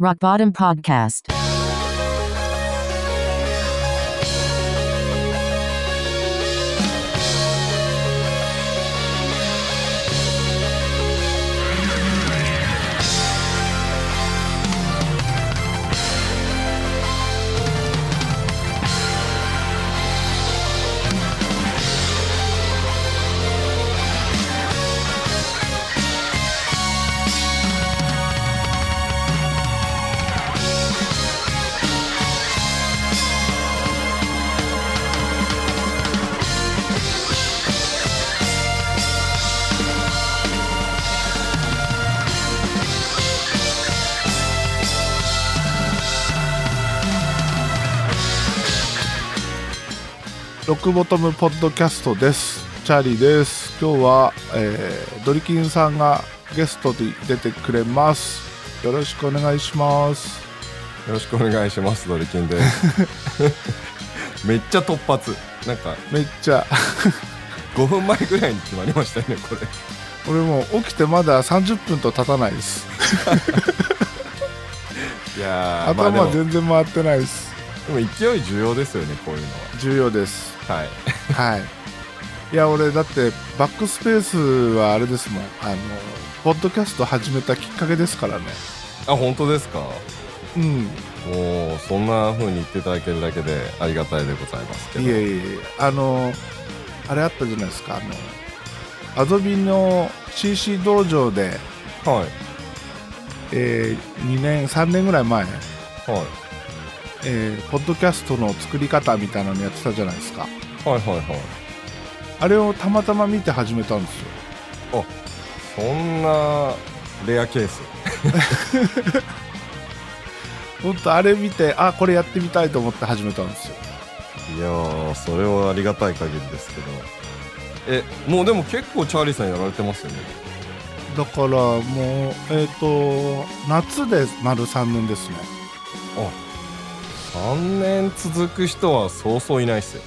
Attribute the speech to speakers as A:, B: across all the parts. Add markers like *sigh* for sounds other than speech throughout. A: Rock Bottom Podcast.
B: 「ロックボトムポッドキャスト」ですチャーリーです今日は、えードリキンさんがゲストで出てくれますよろしくお願いします
C: よろしくお願いしますドリキンです *laughs* めっちゃ突発なんか
B: めっちゃ *laughs*
C: 5分前ぐらいに決まりましたよねこれ
B: 俺もう起きてまだ30分と経たないです
C: いやーま
B: 頭
C: あでも
B: は全然回ってないです
C: でも勢い重要ですよねこういうの
B: 重要です
C: ははい
B: はいいや俺だってバックスペースはあれですもんあのポッドキャスト始めたきっかけですからね
C: あ本当ですか
B: うん
C: もうそんな風に言っていただけるだけでありがたいでございますけど
B: いえいえいえあのあれあったじゃないですかあのアドビの CC 道場で、
C: はい
B: え2年3年ぐらい前、
C: はい
B: えーポッドキャストの作り方みたいなのやってたじゃないですか
C: はいはいはい
B: あれをたまたま見て始めたんですよ
C: そんなレアケース
B: ほんとあれ見てあこれやってみたいと思って始めたんですよ
C: いやーそれはありがたい限りですけどえもうでも結構チャーリーさんやられてますよね
B: だからもうえっ、と夏で丸3年ですね
C: 3年続く人はそうそういないっすよ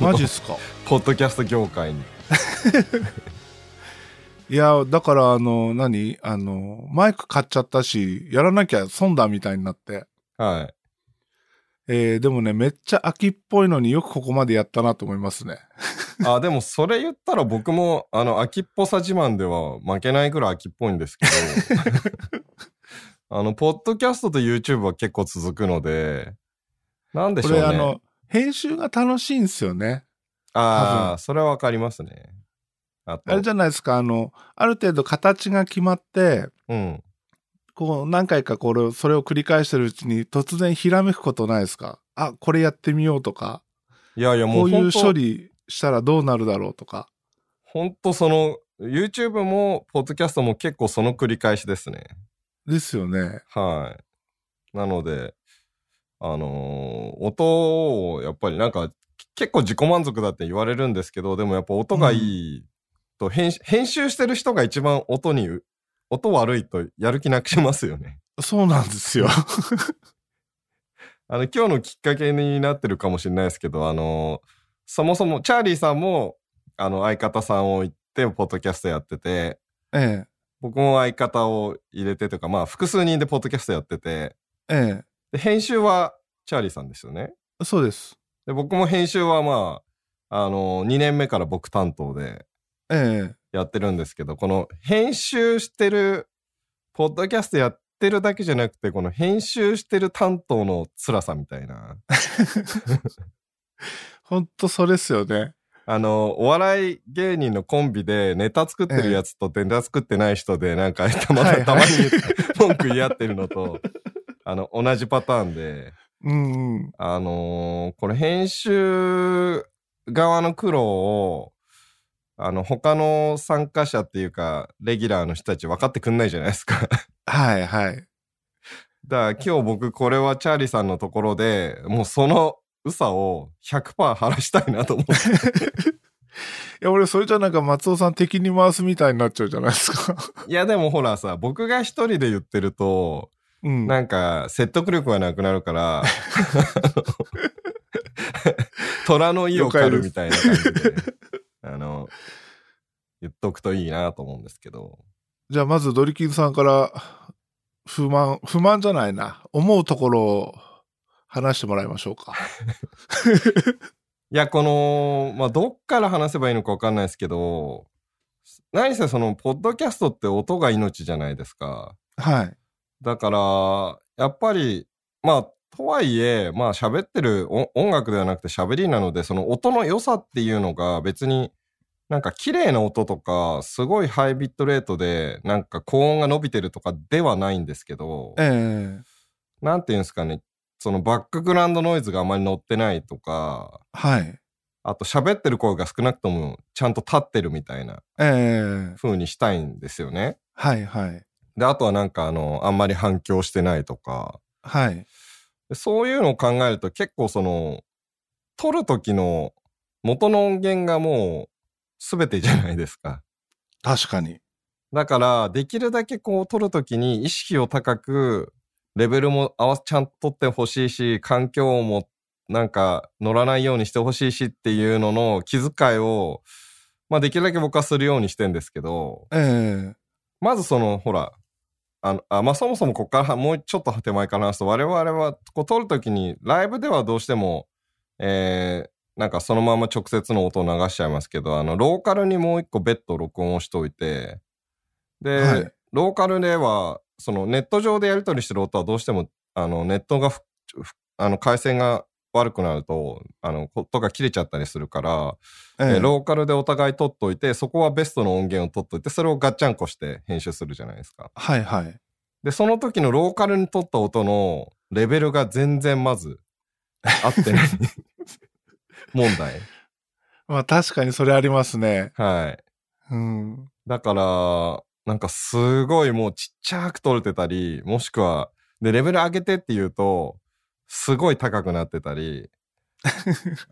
B: マジっすか
C: ポッドキャスト業界に
B: いやだからあの何あのマイク買っちゃったしやらなきゃ損だみたいになって
C: はい
B: えーでもね、めっちゃ秋っぽいのによくここまでやったなと思いますね。
C: あでもそれ言ったら僕もあの秋っぽさ自慢では負けないぐらい秋っぽいんですけどあのポッドキャストと YouTube は結構続くのでなんでし
B: こ
C: ょう
B: れ、
C: ね
B: あの、編集が楽しいんですよね。多
C: あ
B: 分
C: あそれはわかりますねあと
B: あれじゃないですか、あの、ある程度形が決まって、
C: うん
B: こう、何回かこれ、それを繰り返してるうちに、突然ひらめくことないですかあ、これやってみようとか、
C: いやいやも
B: こ
C: う
B: ういう
C: 本
B: 処
C: 当
B: 理したらどうなるだろうとか。
C: 本当その YouTube もポッドキャストも結構その繰り返しですね
B: ですよね。
C: はい。なので、あのー音をやっぱりなんかけ結構自己満足だって言われるんですけど、でもやっぱ音がいいと編集、編集してる人が一番音に、音悪いとやる気なくしますよね。 *laughs*
B: そうなんですよ。
C: あの、今日のきっかけになってるかもしれないですけど、あのーそもそもチャーリーさんも、あの、相方さんを言って、ポッドキャストやってて、
B: え
C: 僕も相方を入れてとか、まあ、複数人でポッドキャストやってて、
B: え、え
C: で編集はチャーリーさんですよね。
B: え、そうです。
C: で僕も編集はまあ、あの2年目から僕担当で *laughs*
B: え *laughs*
C: やってるんですけどこの編集してるポッドキャストやってるだけじゃなくてこの編集してる担当の辛さみたいな
B: え、ほんとそれですよね。
C: あのお笑い芸人のコンビでネタ作ってるやつとネタ作ってない人でなんかたま,、
B: はいはい
C: たまに文句言い合ってるのとあの同じパターンで。
B: うんうん。
C: あのーこれ編集側の苦労をあの他の参加者っていうかレギュラーの人たち分かってくんないじゃないですか *laughs* だか
B: はいはい。
C: ら今日僕これはチャーリーさんのところでもうそのうさを100%晴らしたいなと思って
B: いや、俺、それじゃなんか松尾さん敵に回すみたいになっちゃうじゃないです
C: *laughs*
B: か。
C: いやでもほらさ僕が一人で言ってると
B: うん。
C: なんか説得力がなくなるから *laughs* あの虎の意を狩るみたいな感
B: *laughs*
C: じであの言っとくといいなと思うんですけど
B: じゃあ、まずドリキンさんから、不満、不満じゃないな。思うところを話してもらいましょう
C: *laughs*
B: か。
C: いや、この、まあ、どっから話せばいいのかわかんないですけど、何せその、ポッドキャストって音が命じゃないですか。
B: はい。
C: だから、やっぱり、まあ、とはいえ、まあ、喋ってる音音楽ではなくて喋りなので、その音の良さっていうのが別に、なんか綺麗な音とか、すごいハイビットレートで、なんか高音が伸びてるとかではないんですけど、
B: ええ
C: なんていうんですかね、そのバックグラウンドノイズがあまり乗ってないとか、
B: はい。
C: あと喋ってる声が少なくともちゃんと立ってるみたいな
B: ええ
C: 風にしたいんですよね。
B: はいはい。
C: で、あとはなんかあの、あんまり反響してないとか、
B: はい。
C: でそういうのを考えると結構その、撮る時の元の音源がもう全てじゃないですか。
B: 確かに。
C: だから、できるだけこう撮るときに意識を高く、レベルも合わせ、ちゃんと撮ってほしいし、環境音もなんか乗らないようにしてほしいしっていうのの気遣いを、まあできるだけ僕はするようにしてんですけど、
B: ええ
C: まずその、ほら、あの、あまあそもそもここからはもうちょっと手前から話すと、我々はこう撮るときに、ライブではどうしても、えー、なんかそのまま直接の音を流しちゃいますけど、あの、ローカルにもう一個別途録音をしておいて、で、
B: はい
C: ローカルでは、そのネット上でやり取りしてる音はどうしても、あの、ネットがふ、ふあの、回線が悪くなると、あの、音が切れちゃったりするから、
B: え
C: え
B: え
C: ーローカルでお互い取っといて、そこはベストの音源を取っといて、それをガッチャンコして編集するじゃないですか。
B: はいはい。
C: で、その時のローカルに取った音のレベルが全然まず合って
B: *laughs*
C: ない問題。
B: まあ確かにそれありますね。
C: はい。
B: うん。
C: だから、なんかすごいもうちっちゃく取れてたり、もしくは、で、レベル上げてって言うと、すごい高くなって
B: *laughs*
C: たり、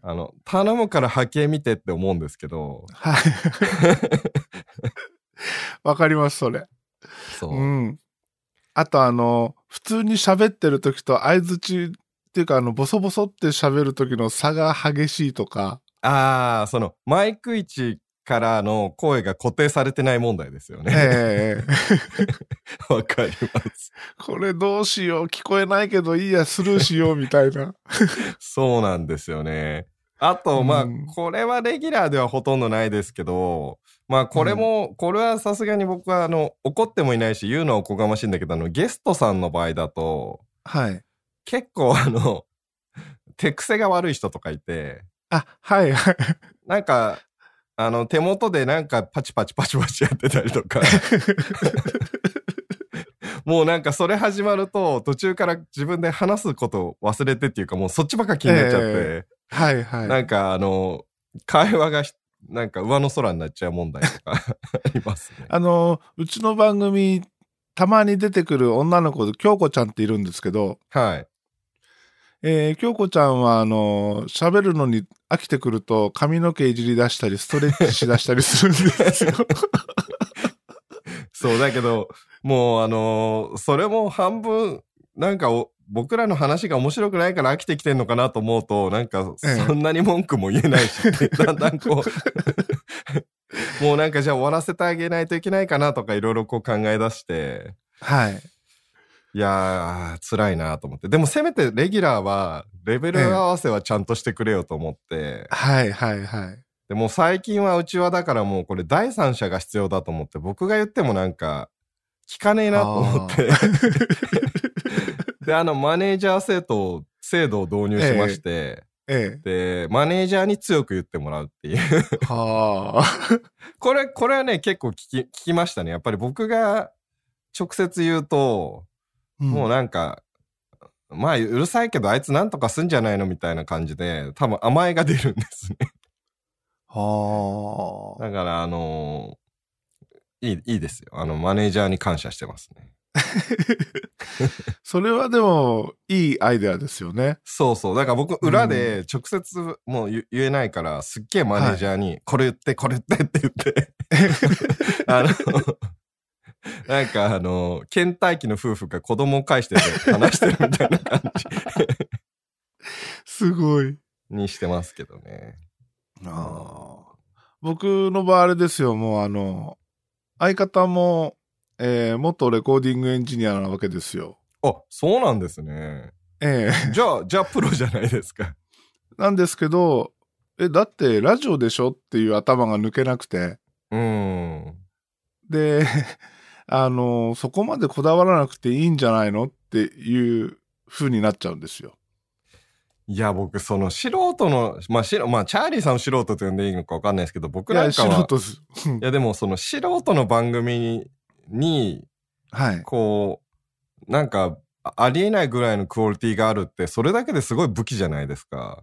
C: あの、頼むから波形見てって思うんです
B: *laughs*
C: けど、
B: はい。わかります、それ。
C: そう。
B: うん。あとあの、普通に喋ってる時と相槌っていうかあの、ボソボソって喋る時の差が激しいとか。
C: ああ、その、マイク位置からの声が固定されてない問題ですよね。
B: ええ
C: わかります。
B: これどうしよう、聞こえないけどいいや、スルーしようみたいな。
C: そうなんですよね。あと、まあ、
B: うん
C: これはレギュラーではほとんどないですけど、まあ、これも、これはさすがに僕は、あの、怒ってもいないし、言うのはおこがましいんだけど、あの、ゲストさんの場合だと、
B: はい。
C: 結構、あの、手癖が悪い人とかいて、
B: あ、はいはい。
C: なんか、あの、手元でなんかパチパチパチパチやってたり
B: *laughs*
C: とか、もうなんかそれ始まると途中から自分で話すことを忘れてっていうかもうそっちばっか気になっちゃって、
B: えはいはい。
C: なんかあの会話がひなんか上の空になっちゃう問題とか *laughs* ありますね。
B: あの、うちの番組、たまに出てくる女の子で、京子ちゃんっているんですけど、
C: はい。
B: えー京子ちゃんは、あの、喋るのに飽きてくると、髪の毛いじり出したり、ストレッチしだしたりするん
C: *laughs*
B: ですよ。
C: そうだけどもうあのそれも半分なんかお僕らの話が面白くないから飽きてきてんのかなと思うとなんか
B: ええ
C: そんなに文句も言えないし、 *laughs* だんだんこう *laughs* もうなんかじゃあ終わらせてあげないといけないかなとかいろいろこう考え出して
B: はい。
C: いやー、辛いなと思って。でもせめてレギュラーは、レベル合わせはちゃんとしてくれよと思って。
B: はいはいはい。
C: でもう最近はうちはだからもうこれ第三者が必要だと思って、僕が言ってもなんか、聞かねえなと思って。 *laughs* で、あの、マネージャー制度を、制度を導入しまして、
B: え
C: で、マネージャーに強く言ってもらうっていう。 *laughs*
B: え。はあ。
C: これ、これはね、結構聞き、聞きましたね。やっぱり僕が直接言うと、もう
B: な。
C: なんか、まあ、うるさいけど、あいつなんとかすんじゃないのみたいな感じで、多分甘えが出るんですね。
B: はあ。
C: だから、あのーいい、いいですよ。あの、マネージャーに感謝してますね。
B: それはでも、いいアイデアですよね。
C: そうそう。だから僕、裏で直接もう言言えないから、すっげえマネージャーに、これ言って、これ言ってって言 *laughs* って、あの、なんかあの、倦怠期の夫婦が子供を介してて話してるみたいな感じ
B: すごい。
C: にしてますけど *laughs* ね。
B: ああ僕の場合あれですよ、もうあの、相方もえー元レコーディングエンジニアなわけですよ。
C: あ、そうなんですね。 *laughs*
B: ええ
C: じゃあ、じゃあプロじゃないですか。
B: なんですけど、え、だってラジオでしょっていう頭が抜けなくて、
C: うーん。
B: で、 *laughs* あの、そこまでこだわらなくていいんじゃないのっていう風になっちゃうんですよ。
C: いや、僕、その素人の、まあ、しろまあ、チャーリーさんを素人と呼んでいいのか分かんないですけど、僕
B: い
C: な
B: や、
C: んか
B: 素
C: は、い
B: 人です。うん
C: や、でも、その素人の番組に、に
B: はい。
C: こう、なんか、あありえないぐらいのクオリティがあるって、それだけですごい武器じゃないですか。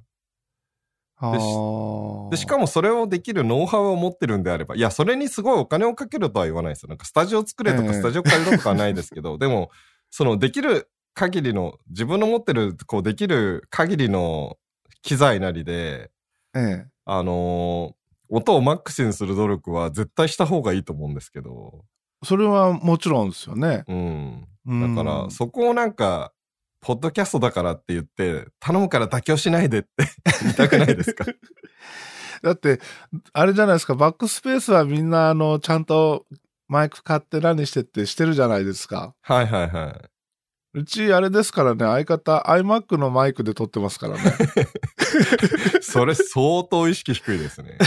C: で、しか
B: も、
C: もそれをできるノウハウを持ってるんであれば、いや、それにすごいお金をかけるとは言わないですよ。なんか、スタジオ作れと
B: ええ
C: か、スタジオ借りろとかはないですけど、でも、その、できる限りの、自分の持ってる、こう、できる限りの機材なりで、
B: ええ
C: あのー音をマックスにする努力は絶対した方がいいと思うんですけど、
B: それはもちろんですよね。
C: うん。だ
B: だ
C: から、そこをなんか、ポッドキャストだからって言って、頼むから妥協しないでって言いたくないですか
B: だって、あれじゃないですか、バックスペースはみんな、あの、ちゃんとマイク買って何してってしてるじゃないですか。
C: はいはいは
B: うち、あれですからね、相方、iMac のマイクで撮ってますから
C: *laughs*
B: ね。
C: い。それ相当意識低いですね。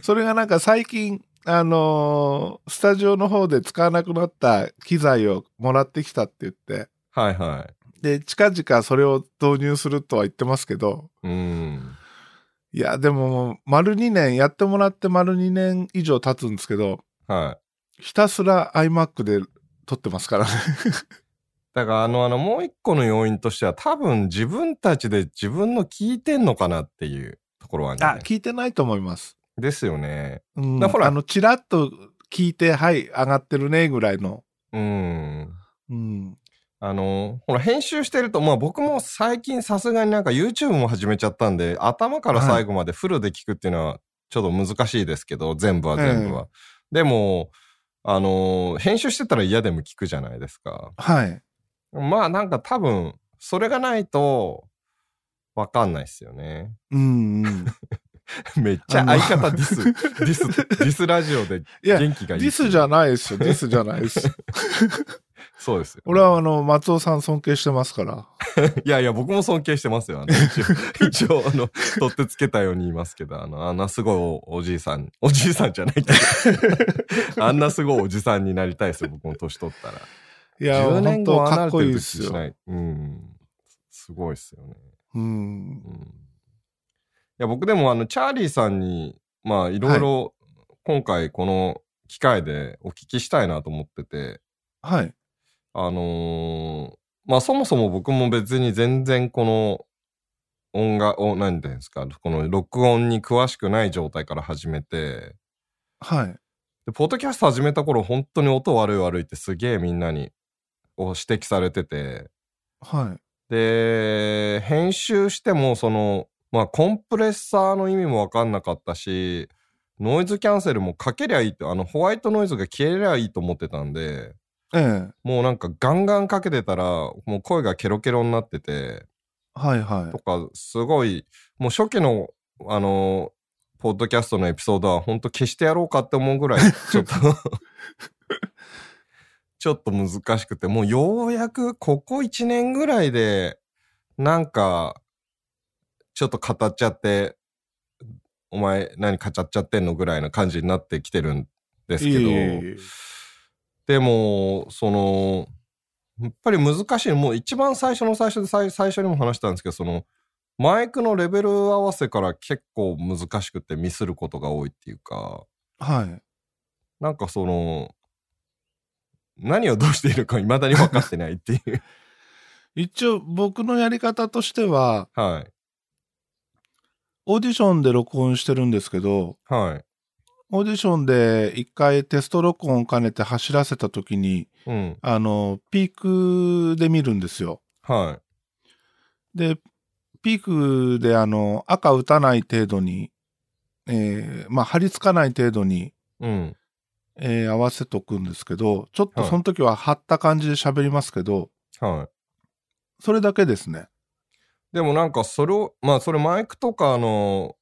B: それがなんか最近、あのースタジオの方で使わなくなった機材をもらってきたって言って、
C: はいは
B: で、近々それを導入するとは言ってますけど、
C: い。うん。
B: いや、でも、丸2年、やってもらって丸2年以上経つんですけど、
C: はい。
B: ひたすら iMac で撮ってますからね。
C: だからあの、あの、もう一個の要因としては、多分自分たちで自分の聞いてんのかなっていうところは
B: あ
C: ね、。
B: *laughs* 聞いてないと思います。
C: ですよね。
B: うん、
C: だからほら
B: あの、チラッと聞いて、はい、上がってるね、ぐらいの。
C: うん。
B: うん。
C: あの、ほら、編集してると、まあ僕も最近さすがになんか YouTube も始めちゃったんで、頭から最後までフルで聞くっていうのはちょっと難しいですけど、全部は全部は。でも、あの、編集してたら嫌でも聞くじゃないですか。
B: はい。
C: まあなんか多分、それがないと、わかんないっすよね。 *laughs*
B: うん、うん。
C: めっちゃ
B: あの
C: 相方ディス、ディス、ディスラジオで
B: いや
C: 元気がいい。
B: ディスじゃ
C: ん。
B: ないですよ。ディスじゃない
C: *laughs*
B: です。
C: そうですよ。
B: 俺は、あの、松尾さん尊敬してますから。
C: いやいや、僕も尊敬してますよ。あ
B: *laughs*
C: の一応、一応あの、取ってつけたように言いますけど、あの、あんなすごいおおじいさん、 *laughs* おじいさんじゃないけ
B: *laughs*
C: ど、あんなすごいおじさんになりたいですよ、僕も年取ったら。
B: いや、
C: 10
B: 本
C: 年後
B: 当
C: は
B: か
C: 離
B: っ
C: れ
B: こ
C: て
B: いい
C: る
B: で
C: 時
B: す
C: し
B: よ。
C: ない。うん。すごいですよね。
B: うん。
C: うん。いや、僕でも、あの、チャーリーさんに、まあ、いろいろ、今回この機会でお聞きしたいなと思ってて、
B: はい。
C: あのーまあそもそも僕も別に全然この音楽を何て言うんですかこの録音に詳しくない状態から始めて
B: はい。
C: でポッドキャスト始めた頃本当に音悪い悪いってすげえみんなにを指摘されてて
B: は
C: で編集してもそのまあコンプレッサーの意味も分かんなかったしノイズキャンセルもかけりゃいいってあのホワイトノイズが消えりゃいいと思ってたんで
B: い。ええ。
C: もうなんかガンガンかけてたら、もう声がケロケロになってて、
B: はいは
C: とか、すごい、もう初期の、あの、ポッドキャストのエピソードは、本当消してやろうかって思うぐ
B: *laughs*
C: らい、ちょっと、ちょっと難しくて、もうようやく、ここ1年ぐらいで、なんか、ちょっと語っちゃって、お前何語っちゃってんのぐらいな感じになってきてるんです
B: い。
C: けど、
B: いえいえいえ
C: でも、その、やっぱり難しい。もう一番最初の最初で最最初にも話したんですけど、その、マイクのレベル合わせから結構難しくてミスることが多いっていうか、
B: はい。
C: なんかその、何をどうしているか未だに分かってないっていう。
B: 一応、僕のやり方としては、
C: はい。
B: オーディションで録音してるんですけど、
C: はい。
B: オーディションで一回テスト録音を兼ねて走らせた時に、
C: うん。
B: あの、ピークで見るんですよ。
C: は
B: で、ピークであの、赤打たない程度に、えーまあ、張り付かない程度に、
C: い。うん。
B: えー合わせとくんですけど、ちょっとその時は張った感じで喋りますけど、
C: はい。
B: それだけですね。
C: でもなんかそれを、まあそれマイクとかの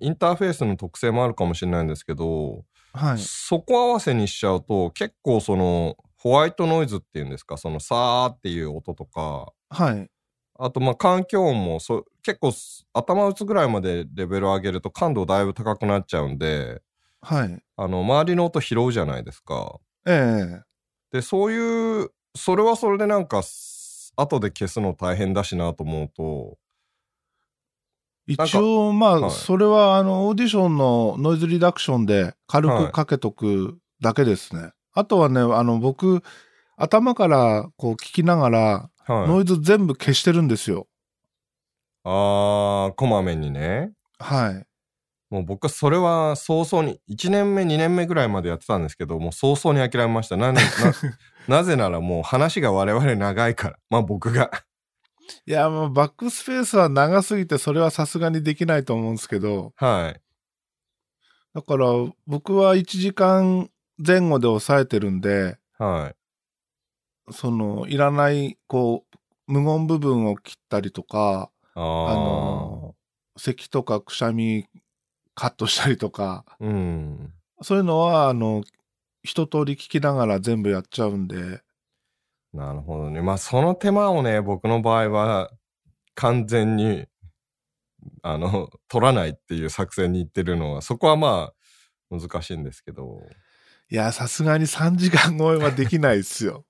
C: インターフェースの特性もあるかもしれないんですけど、
B: はい。
C: そこ合わせにしちゃうと結構そのホワイトノイズっていうんですかそのさーっていう音とか
B: はい。
C: あとまあ環境音もそ結構す頭打つぐらいまでレベル上げると感度だいぶ高くなっちゃうんで
B: はい。
C: あの周りの音拾うじゃないですか。
B: ええ
C: でそういうそれはそれでなんかす後で消すの大変だしなと思うとなん
B: 一
C: か
B: 応、まあ、
C: はい
B: それは、あの、オーディションのノイズリダクションで軽
C: は
B: く
C: い
B: かけとくだけですね。あとはね、あの、僕、頭からこう聞きながら、
C: はい
B: ノイズ全部消してるんですよ。
C: あーこまめにね
B: はい。
C: もう僕はそれは早々に1年目2年目ぐらいまでやってたんですけどもう早々に諦めまし
B: *laughs*
C: たななななぜならもう話が我々長いからまあ僕が
B: いや、もうバックスペースは長すぎて、それはさすがにできないと思うんですけど、
C: はい
B: だから、僕は1時間前後で抑えてるんで、
C: はい
B: その、いらない、こう、無言部分を切ったりとか、
C: あ
B: あ
C: あ
B: の、咳とかくしゃみカットしたりとか、
C: うん
B: そういうのは、あの、一通り聞きながら全部やっちゃうんで、
C: なるほどねまあその手間をね僕の場合は完全にあの取らないっていう作戦にいってるのはそこはまあ難しいんですけど
B: いや、さすがに3時間超えはできないっすよ。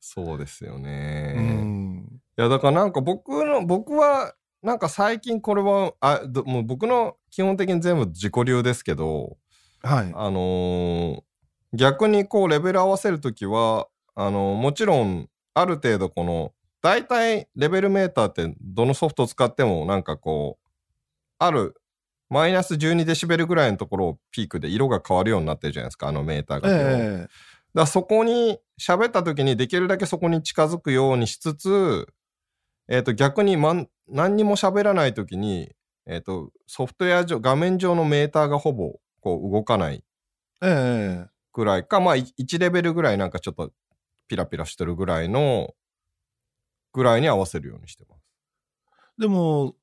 C: そうですよ
B: う
C: ね、
B: ん。
C: いやだからなんか僕の僕はなんか最近これはあどもう僕の基本的に全部自己流ですけど
B: はい。
C: あのー逆にこうレベル合わせる時はあのーもちろんある程度この大体レベルメーターってどのソフトを使ってもなんかこうあるマイナス12デシベルぐらいのところをピークで色が変わるようになってるじゃないですかあのメーターが基本。
B: ええ
C: だからそこに喋った時にできるだけそこに近づくようにしつつ、えー、と逆に、まん、何にも喋らない時に、えー、とソフトウェア上画面上のメーターがほぼこう動かない
B: ええ
C: ぐらいか、まあ、1レベルぐらいなんかちょっとピラピラしてるぐらいのぐらいに合わせるようにしてます。
B: でも、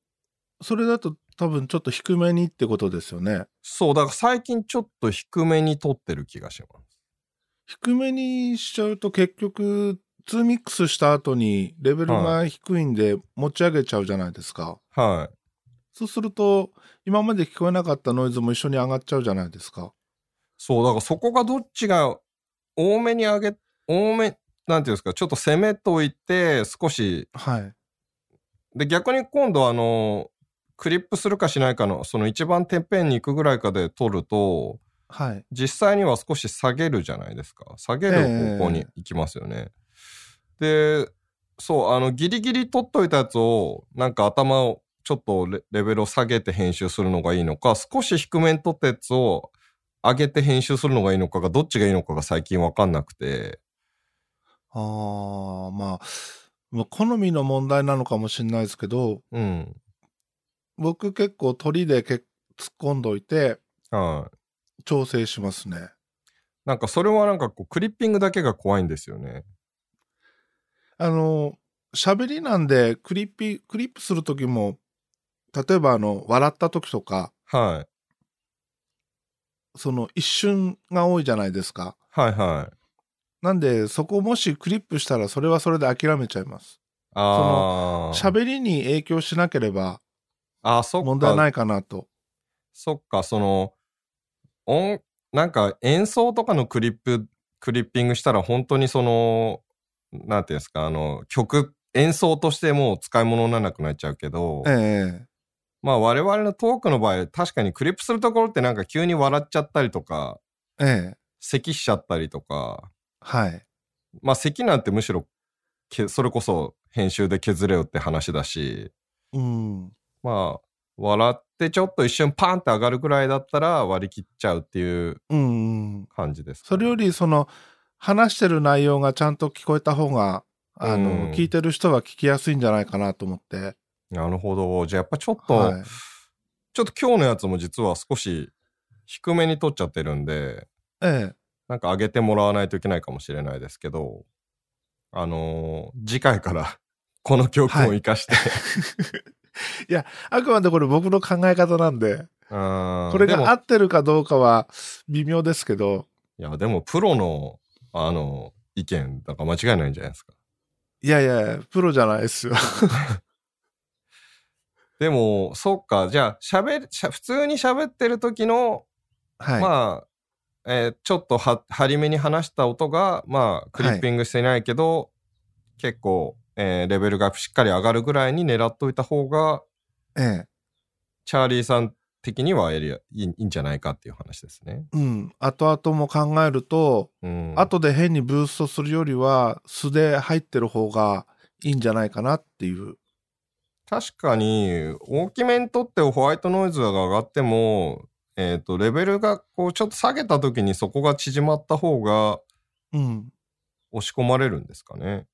B: それだと多分ちょっと低めにってことですよね。
C: そうだから最近ちょっと低めに撮ってる気がします。
B: 低めにしちゃうと結局、2ミックスした後にレベルが低いんで持ち上げちゃうじゃないですか。
C: はい
B: そうすると、今まで聞こえなかったノイズも一緒に上がっちゃうじゃないですか。
C: そう、だからそこがどっちが多めに上げ、多め、なんていうんですか、ちょっと攻めといて、少し、
B: はい。
C: で、逆に今度あの、クリップするかしないかの、その一番てっぺんに行くぐらいかで取ると、
B: はい。
C: 実際には少し下げるじゃないですか。下げる方向に行きますよね。で、そう、あの、ギリギリ取っといたやつを、なんか頭を、ちょっとレレベルを下げて編集するのがいいのか、少し低めに取ったやつを上げて編集するのがいいのかが、どっちがいいのかが最近わかんなくて。
B: ああ、まあ、まあ好みの問題なのかもしれないですけど、
C: うん。
B: 僕結構鳥でけ突っ込んどいて
C: はい。
B: 調整しますね。
C: なんかそれはなんかこう、クリッピングだけが怖いんですよね。
B: あの、喋りなんでクリッピ、クリップする時も、例えばあの、笑った時とか、
C: はい。
B: その一瞬が多いじゃないですか。
C: はいはい。
B: なんで、そこもしクリップしたらそれはそれで諦めちゃいます。
C: ああ。
B: 喋りに影響しなければ
C: あー、そっか。
B: 問題ないかなと。
C: そっか、その、音、なんか演奏とかのクリップ、クリッピングしたら本当にその、なんていうんですか、あの、曲、演奏としてもう使い物にならなくなっちゃうけど、
B: え
C: まあ我々のトークの場合、確かにクリップするところってなんか急に笑っちゃったりとか、
B: えええ
C: 咳しちゃったりとか、
B: はい。
C: まあ咳なんてむしろ、けそれこそ編集で削れよって話だし、
B: うん。
C: まあ、笑ってちょっと一瞬パンって上がるぐらいだったら割り切っちゃうっていう
B: うんうん。
C: 感じですか
B: そ
C: ね、
B: れより、その、話してる内容がちゃんと聞こえた方が、あの、
C: うん
B: 聞いてる人は聞きやすいんじゃないかなと思って。
C: なるほど。じゃあやっぱちょっと、
B: はい。
C: ちょっと今日のやつも実は少し低めに取っちゃってるんで、
B: ええ。
C: なんか上げてもらわないといけないかもしれないですけど、あのー次回から *laughs* こ *laughs* の教訓を生かして、
B: あくまでこれ僕の考え方なんで、
C: うん
B: これ
C: でも
B: が合ってるかどうかは微妙ですけど、
C: いや、でもプロの、あの、意見、だから間違いないんじゃないですか。
B: いやいや、プロじゃないです
C: *laughs*
B: よ。
C: でも、そっか、じゃあ、喋るしゃ、普通に喋ってる時の、
B: はい。
C: まあ、えーちょっとは、張り目に話した音が、まあ、クリッピングしてないけど、結構、えーレベルがしっかり上がるぐらいに狙っといた方が、
B: ええ。
C: チャーリーさん的にはエリアいいいいんじゃないかっていう話ですね。
B: うん。後々も考えると、
C: うん。
B: 後で変にブーストするよりは、素で入ってる方がいいんじゃないかなっていう。
C: 確かに大きめにとってホワイトノイズが上がっても、えー、とレベルがこうちょっと下げた時にそこが縮まった方が
B: うん。
C: 押し込まれるんですかね。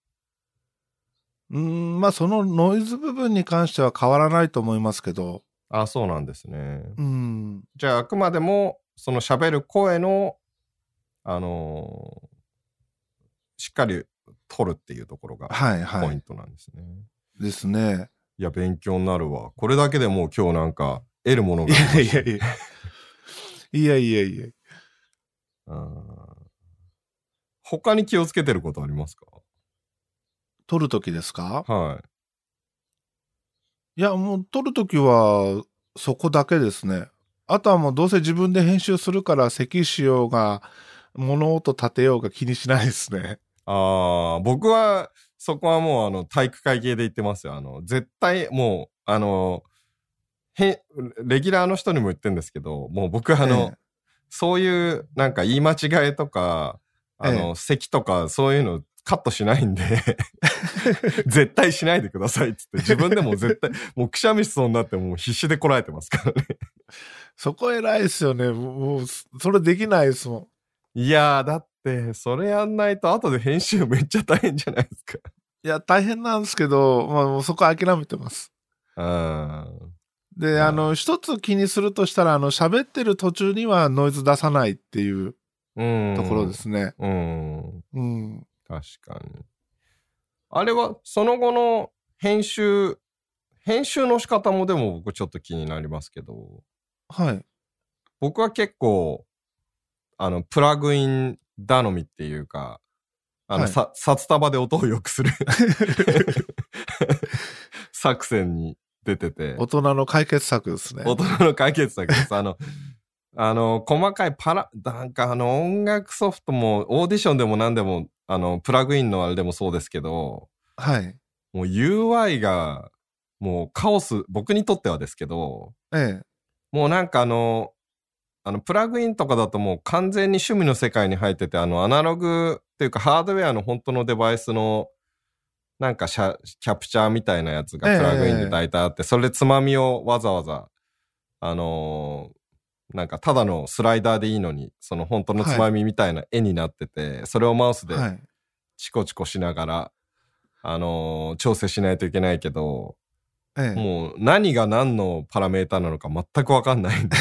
B: うん、まあそのノイズ部分に関しては変わらないと思いますけど、
C: あそうなんですね。
B: うん。
C: じゃああくまでもその喋る声のあのーしっかり取るっていうところが
B: はいは
C: ポイン
B: い。
C: トなんですね。い、
B: ですね。
C: や勉強になるわ。これだけでもう今日なんか得るもの
B: い
C: がありま
B: やい
C: した
B: やいや。いやいやいや。
C: うん他に気をつけてることありますか
B: 撮るときですか
C: はい。
B: いや、もう撮るときは、そこだけですね。あとはもうどうせ自分で編集するから、咳しようが、物音立てようが気にしないですね。
C: ああ、僕は、そこはもう、あの、体育会系で言ってますよ。あの、絶対、もう、あの、へ、レギュラーの人にも言ってるんですけど、もう僕は、あの、
B: ええ
C: そういう、なんか言い間違いとか、あの、咳とか、そういうのカットしない
B: *laughs*
C: んで、絶対しないでくださいっつって、自分でも絶対、もうくしゃみしそうになって、もう必死でこらえてますからね。
B: *laughs* そこ偉いですよね。もう、それできないですもん。
C: いやー、だって、それやんないと、後で編集めっちゃ大変じゃないですか。
B: いや、大変なんですけど、まあもうそこ諦めてます。
C: うん。
B: で、あの、一つ気にするとしたら、あの、喋ってる途中にはノイズ出さないっていう
C: うん。
B: ところで。すね。
C: うん。
B: うん。
C: 確かに。あれは、その後の編集、編集の仕方もでも僕ちょっと気になりますけど、
B: はい。
C: 僕は結構、あの、プラグイン頼みっていうか、あの、
B: はい
C: さ札束で音を良くする *laughs* 作戦に出てて、
B: 大人の解決策ですね。
C: 大人の解決策です。あの、 *laughs* あの、細かいパラ、なんかあの音楽ソフトも、オーディションでも何でも、あの、プラグインのあれでもそうですけど、
B: はい。
C: もう UI が、もうカオス、僕にとってはですけど、
B: ええ。
C: もうなんかあの、あの、プラグインとかだともう完全に趣味の世界に入ってて、あの、アナログっていうかハードウェアの本当のデバイスの、なんかシャキャプチャーみたいなやつが
B: ええ
C: プラグインで大体あって、それでつまみをわざわざ、あのーなんかただのスライダーでいいのに、その本当のつまみみたいな絵になってて、それをマウスで
B: はい。
C: チコチコしながら、あのー調整しないといけないけど、
B: ええ。
C: もう何が何のパラメータなのか全くわかんないんで、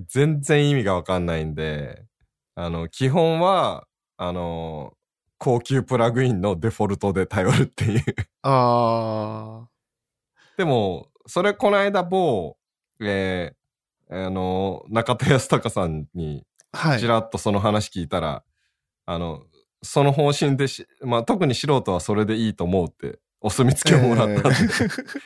C: 全然意味がわかんないんで、あの、基本は、あのー高級プラグインのデフォルトで頼るっていう。
B: *laughs*
C: *laughs*
B: あ
C: でも、それこの間某、えーあのー中田康隆さんに
B: あ。はい
C: ち。らっとその話聞いたら、あの、その方針でし、まあ、特に素人はそれでいいと思うって、お墨付きをもらったんで、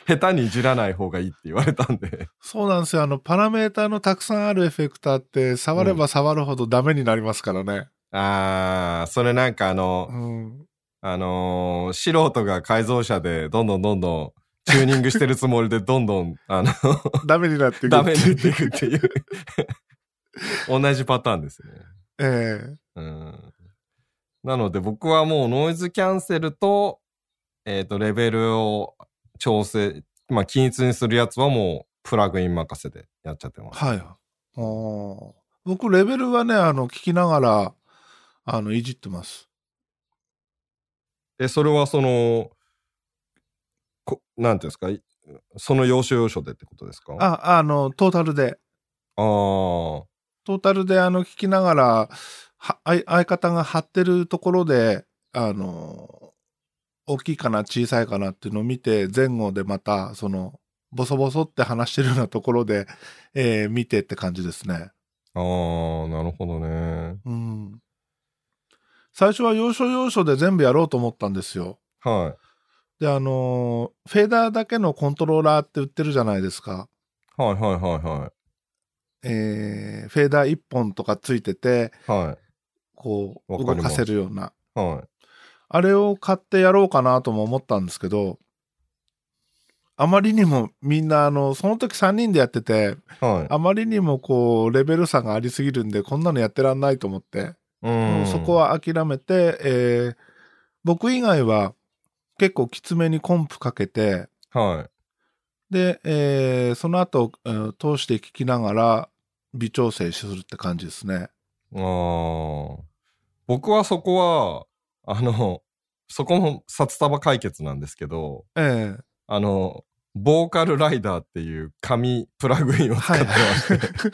B: え
C: *laughs* 下手にいじらない方がいいって言われたんで、
B: そうなんですよ。あの、パラメーターのたくさんあるエフェクターって、触れば触るほどダメになりますからね。
C: あー、それなんかあの
B: う、ん。
C: あのー素人が改造車でどんどんどんどんチューニングしてるつもりで、どんどん、あの、
B: ダメになっていく
C: ダメになっていくっていう、同じパターンですね。
B: *laughs* え
C: うんなので僕はもうノイズキャンセルと、えっ、と、レベルを調整、まあ、均一にするやつはもうプラグイン任せでやっちゃって
B: え
C: ます。
B: はい。あー僕、レベルはね、あの、聞きながら、あの、いじってます。
C: え、それはその、こなんていうんですかいその要所要所でってことですかあ
B: あ、あの、トータルで。
C: あー。
B: トータルで、あの、聞きながら、は相相方が張ってるところで、あの、大きいかな、小さいかなっていうのを見て、前後でまた、その、ボソボソって話してるようなところで、えー見てって感じですね。
C: ああ、なるほどね。
B: うん。最初は要所要所で全部やろうと思ったんですよ。
C: は
B: で、あのーフェーダーだけのコントローラーって売ってるじゃないですか。
C: い。はいはいは
B: えーフェーダー1本とかついてて、
C: いはい。はい。
B: こう、
C: わか
B: 動
C: りま
B: か
C: す
B: せるような。
C: はい。
B: あれを買ってやろうかなとも思ったんですけど、あまりにもみんな、あの、その時3人でやってて、
C: はい。
B: あまりにもこう、レベル差がありすぎるんで、こんなのやってらんないと思って、
C: う
B: もうそこ。は諦めて、えー僕以外は結構きつめにコンプかけて、
C: は
B: で、えーその後、うん通して聞きながら微調整するって感じですね。
C: い。ああ。僕はそこは、あの、そこも札束解決なんですけど、
B: ええ
C: あの、ボーカルライダーっていう紙プラグインを使ってまして、
B: はい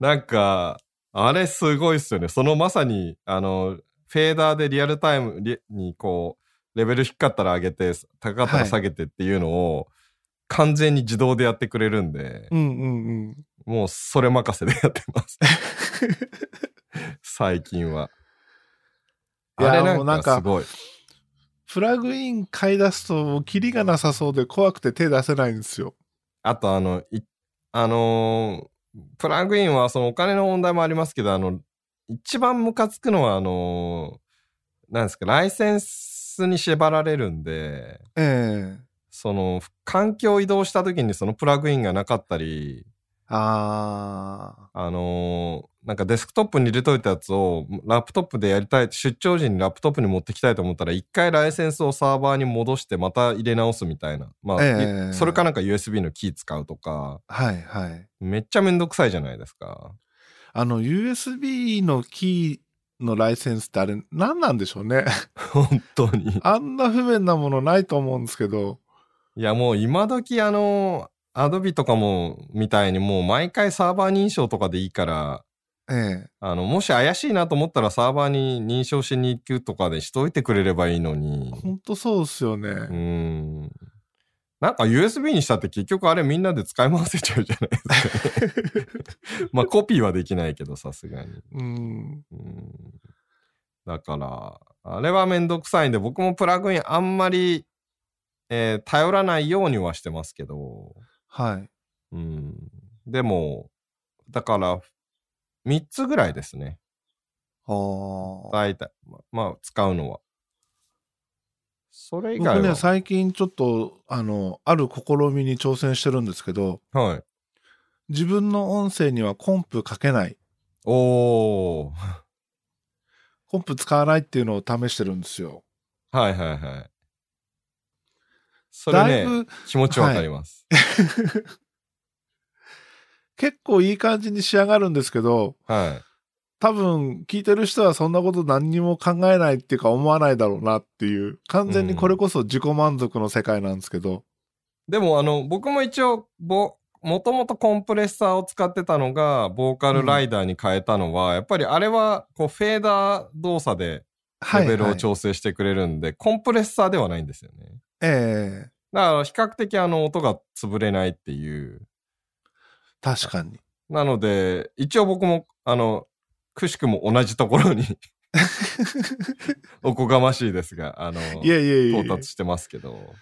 C: なんか、あれすごいっすよね。そのまさに、あの、フェーダーでリアルタイムリにこう、レベル低かったら上げて、高かったら下げてっていうのを、完全に自動でやってくれるんで、
B: *laughs* うんうんうん。
C: もうそれ任せでやって
B: *laughs*
C: ます。最近は。
B: いや
C: あれ
B: もう
C: な
B: なんんか
C: かすごい。
B: プラグイン買い出すと、キリがなさそうで怖くて手出せないんですよ。
C: あとあの、いあのープラグインはそのお金の問題もありますけど、あの、一番ムカつくのはあのーなんですか、ライセンスに縛られるんで、
B: ええ
C: その、環境移動した時にそのプラグインがなかったり、
B: あ
C: あのーなんかデスクトップに入れといたやつをラップトップでやりたい、出張時にラップトップに持ってきたいと思ったら、一回ライセンスをサーバーに戻してまた入れ直すみたいな。まあ、
B: ええ
C: それかなんか USB のキー使うとか、
B: あ、はいはい。
C: めっちゃめんどくさいじゃないです
B: *laughs*
C: か。
B: あの、USB のキーのライセンスってあれ、何なんでしょうね。 *laughs*
C: 本当に。
B: あんな不便なものないと思うんですけど。
C: いや、もう今時あの、アドビとかも、みたいにもう毎回サーバー認証とかでいいから、
B: ええ
C: あの、もし怪しいなと思ったらサーバーに認証しに行くとかでしといてくれればいいのに。
B: ほんとそうっすよ
C: うー
B: ね。
C: ん。なんか USB にしたって結局あれみんなで使い回せちゃうじゃない
B: *laughs*
C: ですか、ね。まあコピーはできないけどさすがに。
B: うん。
C: うんだから、あれはめんどくさいんで、僕もプラグインあんまり、えー頼らないようにはしてますけど、
B: はい。
C: うん。でも、だから、3つぐらいですね。
B: ああ。
C: 大体。ままあ、使うのは。それ以外は。
B: 僕ね、最近ちょっと、あの、ある試みに挑戦してるんですけど、
C: はい。
B: 自分の音声にはコンプかけない、
C: おー。
B: コンプ使わないっていうのを試してるんですよ。
C: はいはいはい。それ
B: だい
C: ね、
B: ぶ
C: 気持ちわかります。
B: 結構いい感じに仕上がるんですけど、
C: はい。
B: 多分聞いてる人はそんなこと何にも考えないっていうか思わないだろうなっていう、完全にこれこそ自己満足の世界なんですけど、
C: でもあの僕も一応ボもともとコンプレッサーを使ってたのがボーカルライダーに変えたのは、やっぱりあれはこうフェーダー動作で
B: はい
C: レベル
B: は
C: を
B: い
C: 調整してくれるんで、コンプレッサーではないんですよね
B: ええ
C: だから比較的あの音が潰れないっていう
B: 確かに。
C: なので一応僕もあのくしくも同じところに *laughs* おこがましいですがあの
B: いやいやいやい
C: 到
B: や
C: 達してますけど。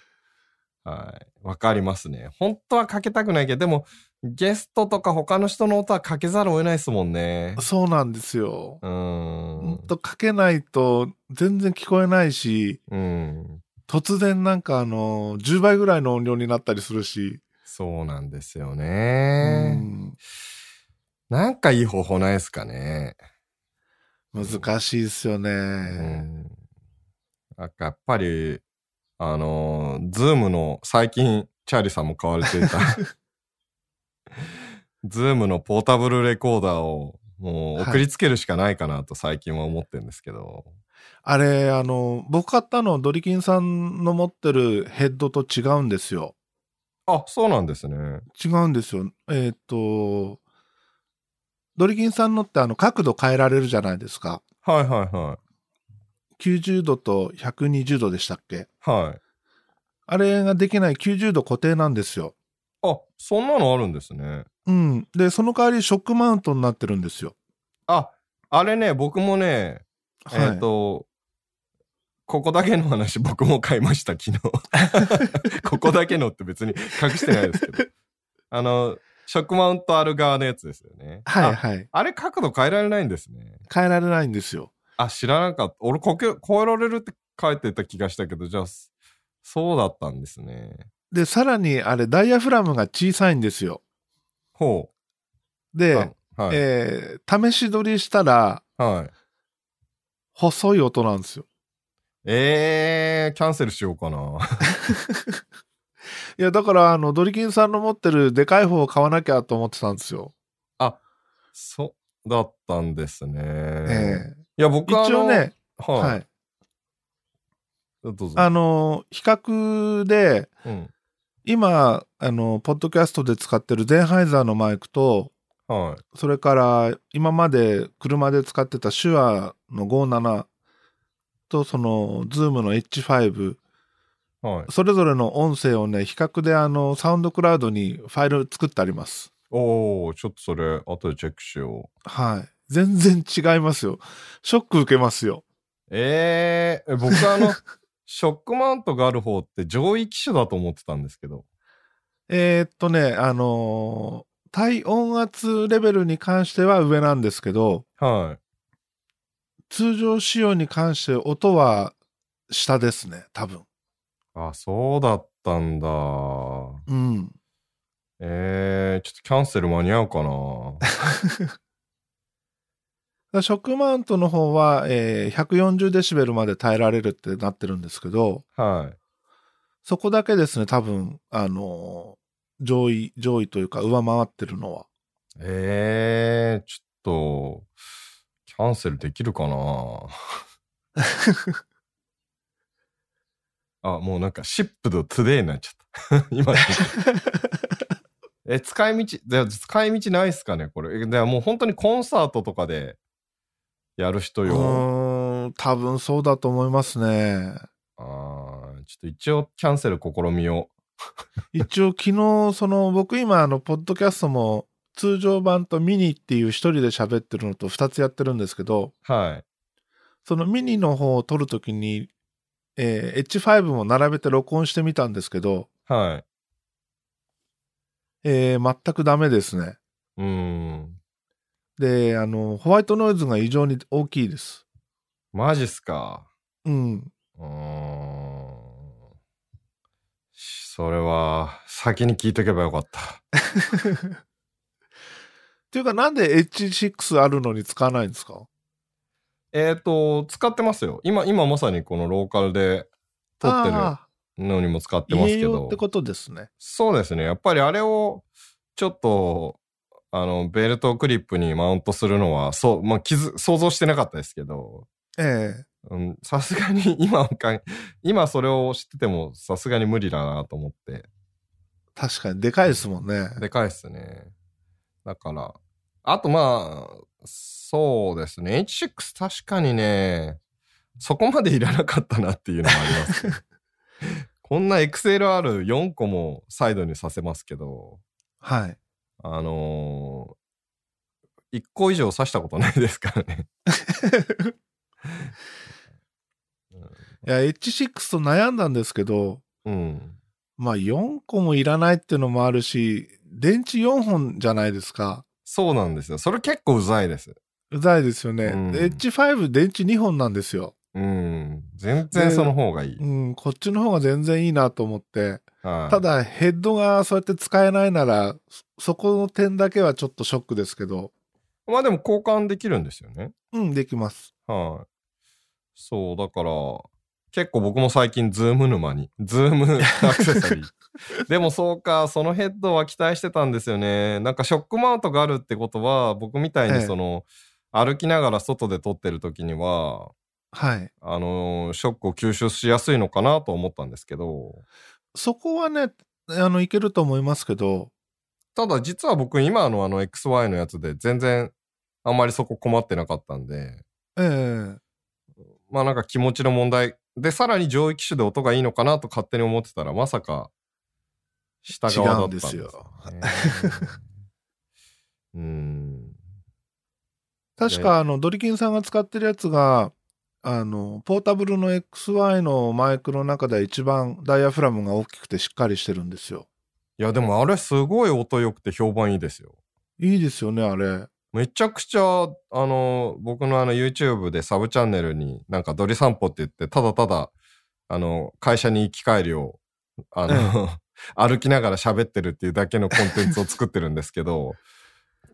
C: はい。わかりますね。本当はかけたくないけど、でも、ゲストとか他の人の音はかけざるを得ないですもんね。
B: そうなんですよ。
C: う
B: ほん
C: ん。
B: とかけないと全然聞こえないし、
C: うん。
B: 突然なんかあの、10倍ぐらいの音量になったりするし、
C: そうなんですよ
B: う
C: ね。
B: ん
C: なんかいい方法ないですかね。
B: 難しいですよね。
C: なんかやっぱり、あのー、ズームの、最近、チャーリーさんも買われていた、ズームのポータブルレコーダーを、もう送りつけるしかないかなと最近は思ってるんですけど。
B: あれ、あの、僕買ったのドリキンさんの持ってるヘッドと違うんですよ。
C: あ、そうなんですね。
B: 違うんですよ。えーっと、ドリキンさんのってあの角度変えられるじゃないですか。
C: はいはいは
B: 90度と120度でしたっけ
C: い。はい。
B: あれができない90度固定なんですよ。
C: あ、そんなのあるんですね。
B: うん。で、その代わりショックマウントになってるんですよ。
C: あ、あれね、僕もね、
B: はい。
C: えっ、と、ここだけの話僕も買いました、昨日。
B: *laughs*
C: ここだけのって別に隠してないですけど。あの、ショックマウントある側のやつですよね。
B: はい
C: あ。
B: はい。
C: あれ角度変えられないんですね。
B: 変えられないんですよ。
C: あ、知らなかった。俺、こけ、越えられるって書いてた気がしたけど、じゃあ、そそうだったんですね。
B: で、さらにあれ、ダイヤフラムが小さいんですよ。
C: ほう。
B: で、
C: あはい。
B: えー試し撮りしたら、
C: はい。
B: 細い音なんですよ。
C: えー、キャンセルしようかな。
B: いや、だから、あの、ドリキンさんの持ってるでかい方を買わなきゃと思ってたんですよ。
C: そうだったんですね。
B: え
C: いや、僕
B: え
C: は、
B: 一応ね、
C: あの、
B: は
C: はい。
B: い。
C: どうぞ。
B: あの、比較で、
C: うん。
B: 今、あの、ポッドキャストで使ってるゼンハイザーのマイクと、
C: は
B: それから、今まで車で使ってた手話の57と、その、ズームの H5、
C: い。はい。
B: それぞれの音声をね、比較で、あの、サウンドクラウドにファイル作ってあります。
C: おー、ちょっとそれ、後でチェックしよう。
B: はい。全然違いますよ。ショック受けますよ。
C: えー、え僕あの、 *laughs* ショックマウントがある方って上位機種だと思ってたんですけど。
B: えーっとね、あのー対音圧レベルに関しては上なんですけど、
C: はい。
B: 通常仕様に関して音は下ですね、多分。
C: あ、そうだったんだ。
B: うん。
C: えー、ちょっとキャンセル間に合うか *laughs* な。
B: だショックマウントの方は、えー140デシベルまで耐えられるってなってるんですけど、
C: はい。
B: そこだけですね、多分、あのー上位、上位というか上回ってるのは。
C: えー、ちょっと、キャンセルできるかな。 *laughs* あ、もうなんか、シップドトゥデイになっちゃった。 *laughs* 今、え、使い道、じゃあ使い道ないっすかね、これ。えでもう本当にコンサートとかでやる人
B: う
C: よ。
B: ーん、多分そうだと思いますね。
C: あーちょっと一応キャンセル試みよ
B: 一応昨日その僕今あのポッドキャストも通常版とミニっていう一人で喋ってるのと二つやってるんですけど
C: う。はい。
B: そのミニの方を撮るときに、えー H5 も並べて録音してみたんですけど、
C: はい。
B: えー全くダメですね
C: うーん。
B: であのホワイトノイズが異常に大きいです
C: マジっすか。
B: うん
C: うーん。それは、先に聞いとけばよかった。
B: っていうかなんで H6 あるのに使わないんですか
C: えっ、と、使ってますよ。今、今まさにこのローカルで撮ってる
B: あ
C: のにも使っ
B: ー
C: てます
B: 家
C: け
B: 用
C: ど
B: って。ことですね
C: そうですね。やっぱりあれを、ちょっと、あの、ベルトクリップにマウントするのは、そう、まあ、気づ想像してなかったですけど、
B: ええ
C: うんさすがに今か、今それを知ってても、さすがに無理だなと思って。
B: 確かにでかいですもんね
C: でかいっすね。だから、あとまあ、そうですね。H6 確かにね、そこまでいらなかったなっていうのもあります
B: *laughs*
C: ね。こんな XLR4 個もサイドにさせますけど、
B: はい
C: あのー、1個以上刺したことないですからね。
B: いや、H6 と悩んだんですけど、
C: うん。
B: まあ4個もいらないっていうのもあるし、電池4本じゃないですか。
C: そうなんですよ。それ結構うざいです。
B: うざいですよね。
C: うん
B: で H5 電池2本なんですよ。
C: うん。全然その方がいい。
B: うん、こっちの方が全然いいなと思って。
C: はい
B: ただヘッドがそうやって使えないなら、そそこの点だけはちょっとショックですけど、
C: まあでも交換できるんですよね。
B: うん、できます。
C: はい。そう、だから、結構僕も最近、ズーム沼に、ズームアクセサリー。
B: *laughs*
C: でもそうか、そのヘッドは期待してたんですよね。なんかショックマウントがあるってことは、僕みたい
B: え
C: に
B: え
C: その、歩きながら外で撮ってる時には、
B: はい。
C: あのーショックを吸収しやすいのかなと思ったんですけど、
B: そこはね、あの、いけると思いますけど、
C: ただ実は僕今のあの XY のやつで全然あんまりそこ困ってなかったんで、
B: ええ
C: まあなんか気持ちの問題で、さらに上位機種で音がいいのかなと勝手に思ってたら、まさか、下側だったんです、ね。
B: 違うん
C: うん。
B: 確か、あの、ドリキンさんが使ってるやつが、あの、ポータブルの XY のマイクの中では一番ダイヤフラムが大きくてしっかりしてるんですよ。
C: いや、でもあれすごい音良くて評判いいですよ。
B: いいですよね、あれ。
C: めちゃくちゃ、あの、僕のあの YouTube でサブチャンネルになんかドリ散歩って言って、ただただ、あの、会社に行き帰りを、あの、 *laughs* 歩きながら喋ってるっていうだけのコンテンツを作ってるんですけど、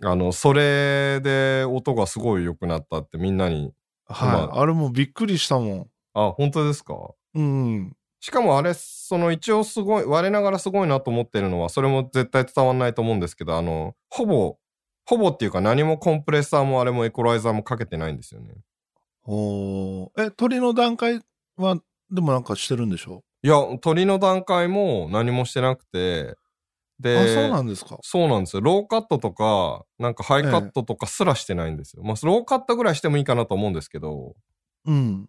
C: あの、それで音がすごい良くなったってみんなに、
B: は
C: ま
B: い。あれもうびっくりしたも
C: あ、本当ですか
B: ん。うん。
C: しかもあれ、その一応すごい、我ながらすごいなと思ってるのは、それも絶対伝わんないと思うんですけど、あの、ほぼ、ほぼっていうか何もコンプレッサーもあれもエコライザーもかけてないんですよね。
B: おーえ、鳥の段階は、でもなんかしてるんでしょ
C: いや、鳥の段階も何もしてなくて、で、
B: あ、そうなんですか。
C: そうなんですよ。ローカットとか、なんかハイカットとかすらしてないんですよ。まあ、ローカットぐらいしてもいいかなと思うんですけど、
B: うん。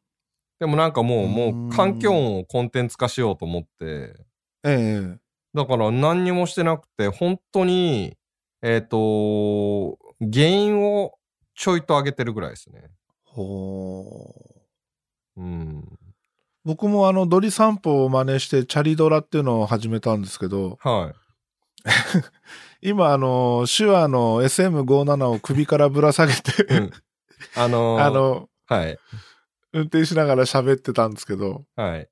C: でもなんかもう、
B: うーん
C: もう環境音をコンテンツ化しようと思って、
B: ええ
C: だから何にもしてなくて、本当に、えっ、と、原因をちょいと上げてるぐらいですね。
B: ほー
C: うん。
B: 僕もあの、ドリ散歩を真似して、チャリドラっていうのを始めたんですけど、
C: は
B: 今あの、手話の SM57 を首からぶら下げ
C: い。う
B: て、
C: ん、あのー
B: *laughs* あの、
C: はい。
B: 運転しながら喋ってたんですけど、
C: はい。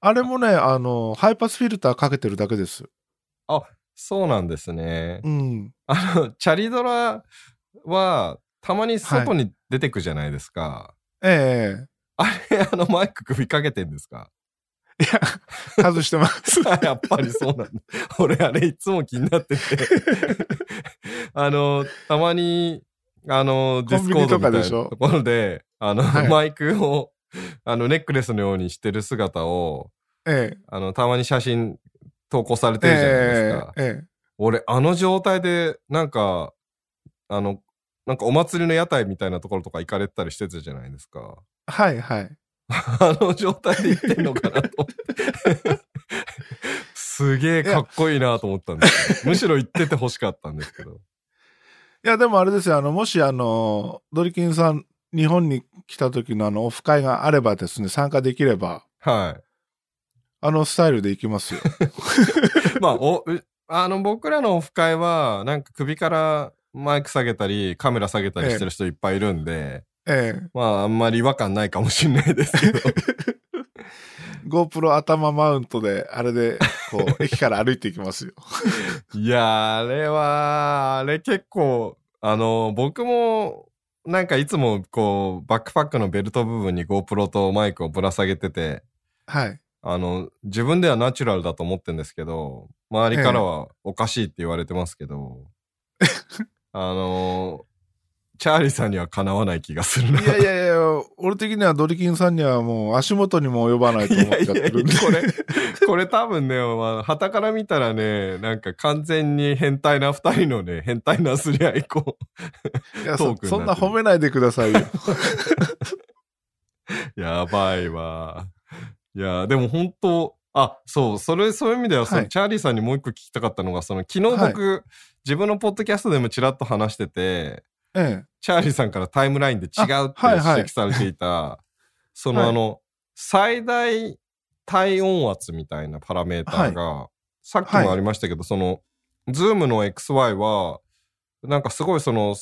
B: あれもね、あの、ハイパスフィルターかけてるだけです。
C: そうなんですね
B: う。ん。
C: あの、 *laughs* チャリドラは、たまに外に出てくじゃないですか。
B: ええ
C: あの、マイク首かけてんで
B: *laughs*
C: すか
B: 外してます。 *laughs*
C: やっぱりそうなんだ。俺、あれ、いつも気になって *laughs* て。あの、たまに、あの、デ
B: コン
C: ィス
B: ビ
C: コー
B: ニと
C: ドみ
B: か
C: たいな
B: でしょ
C: ところで、あの、
B: はい
C: マイクを、あの、ネックレスのようにしてる姿を、
B: ええ
C: あの、たまに写真投稿されてるじゃないです
B: え
C: か。
B: ええ
C: 俺、あの状態で、なんか、あの、なんかお祭りの屋台みたいなところとか行かれてたりしてたじゃないですか。 *laughs*
B: えはいはい。
C: あの状態で行ってんのかなと思って。すげえかっこいいなと思ったんですけどむしろ行ってて欲しかったんですけど。
B: いや、でもあれですよ、あの、もし、あの、ドリキンさん、日本に来た時のあの、オフ会があればですね、参加できれば、
C: は
B: あのスタイルで行きます
C: *laughs*
B: よ。
C: い。まあ、お、うあの、僕らのオフ会は、なんか首からマイク下げたり、カメラ下げたりしてる人いっぱいいるんで、
B: ええ
C: まあ、あんまり違和感ないかもしれないですけど。
B: GoPro 頭マウントで、あれで、こ *laughs* う、駅から歩いていきますよ。
C: いやー、あれは、あれ結構、あの、僕も、なんかいつもこう、バックパックのベルト部分に GoPro とマイクをぶら下げてて、
B: はい。
C: あの、自分ではナチュラルだと思ってんですけど、周りからはおかしいって言われてます
B: *laughs*
C: けど、あの、チャーリーさんにはかなわない気がす
B: *laughs*
C: るな。
B: いやいやいや、俺的にはドリキンさんにはもう足元にも及ばないと思っちゃってるんで。
C: これ、これ多分ね、まあ、旗から見たらね、なんか完全に変態な二人のね、変態なすり合いこう。
B: いや
C: トー
B: そ
C: クになってる
B: そんな褒めないでくださいよ。
C: やばいわ。いや、でも本当、あ、そう、それ、そういう意味では、その
B: はい
C: チャーリーさんにもう一個聞きたかったのが、その、昨日僕、自分のポッドキャストでもちらっと話してて、
B: ええ。
C: チャーリーさんからタイムラインで違うって指
B: あはいはい
C: 摘されていた、
B: *laughs*
C: その、
B: はい
C: あの、最大体音圧みたいなパラメーターが、さっきもありましたけど、その、ズームの XY は、なんかすごいその、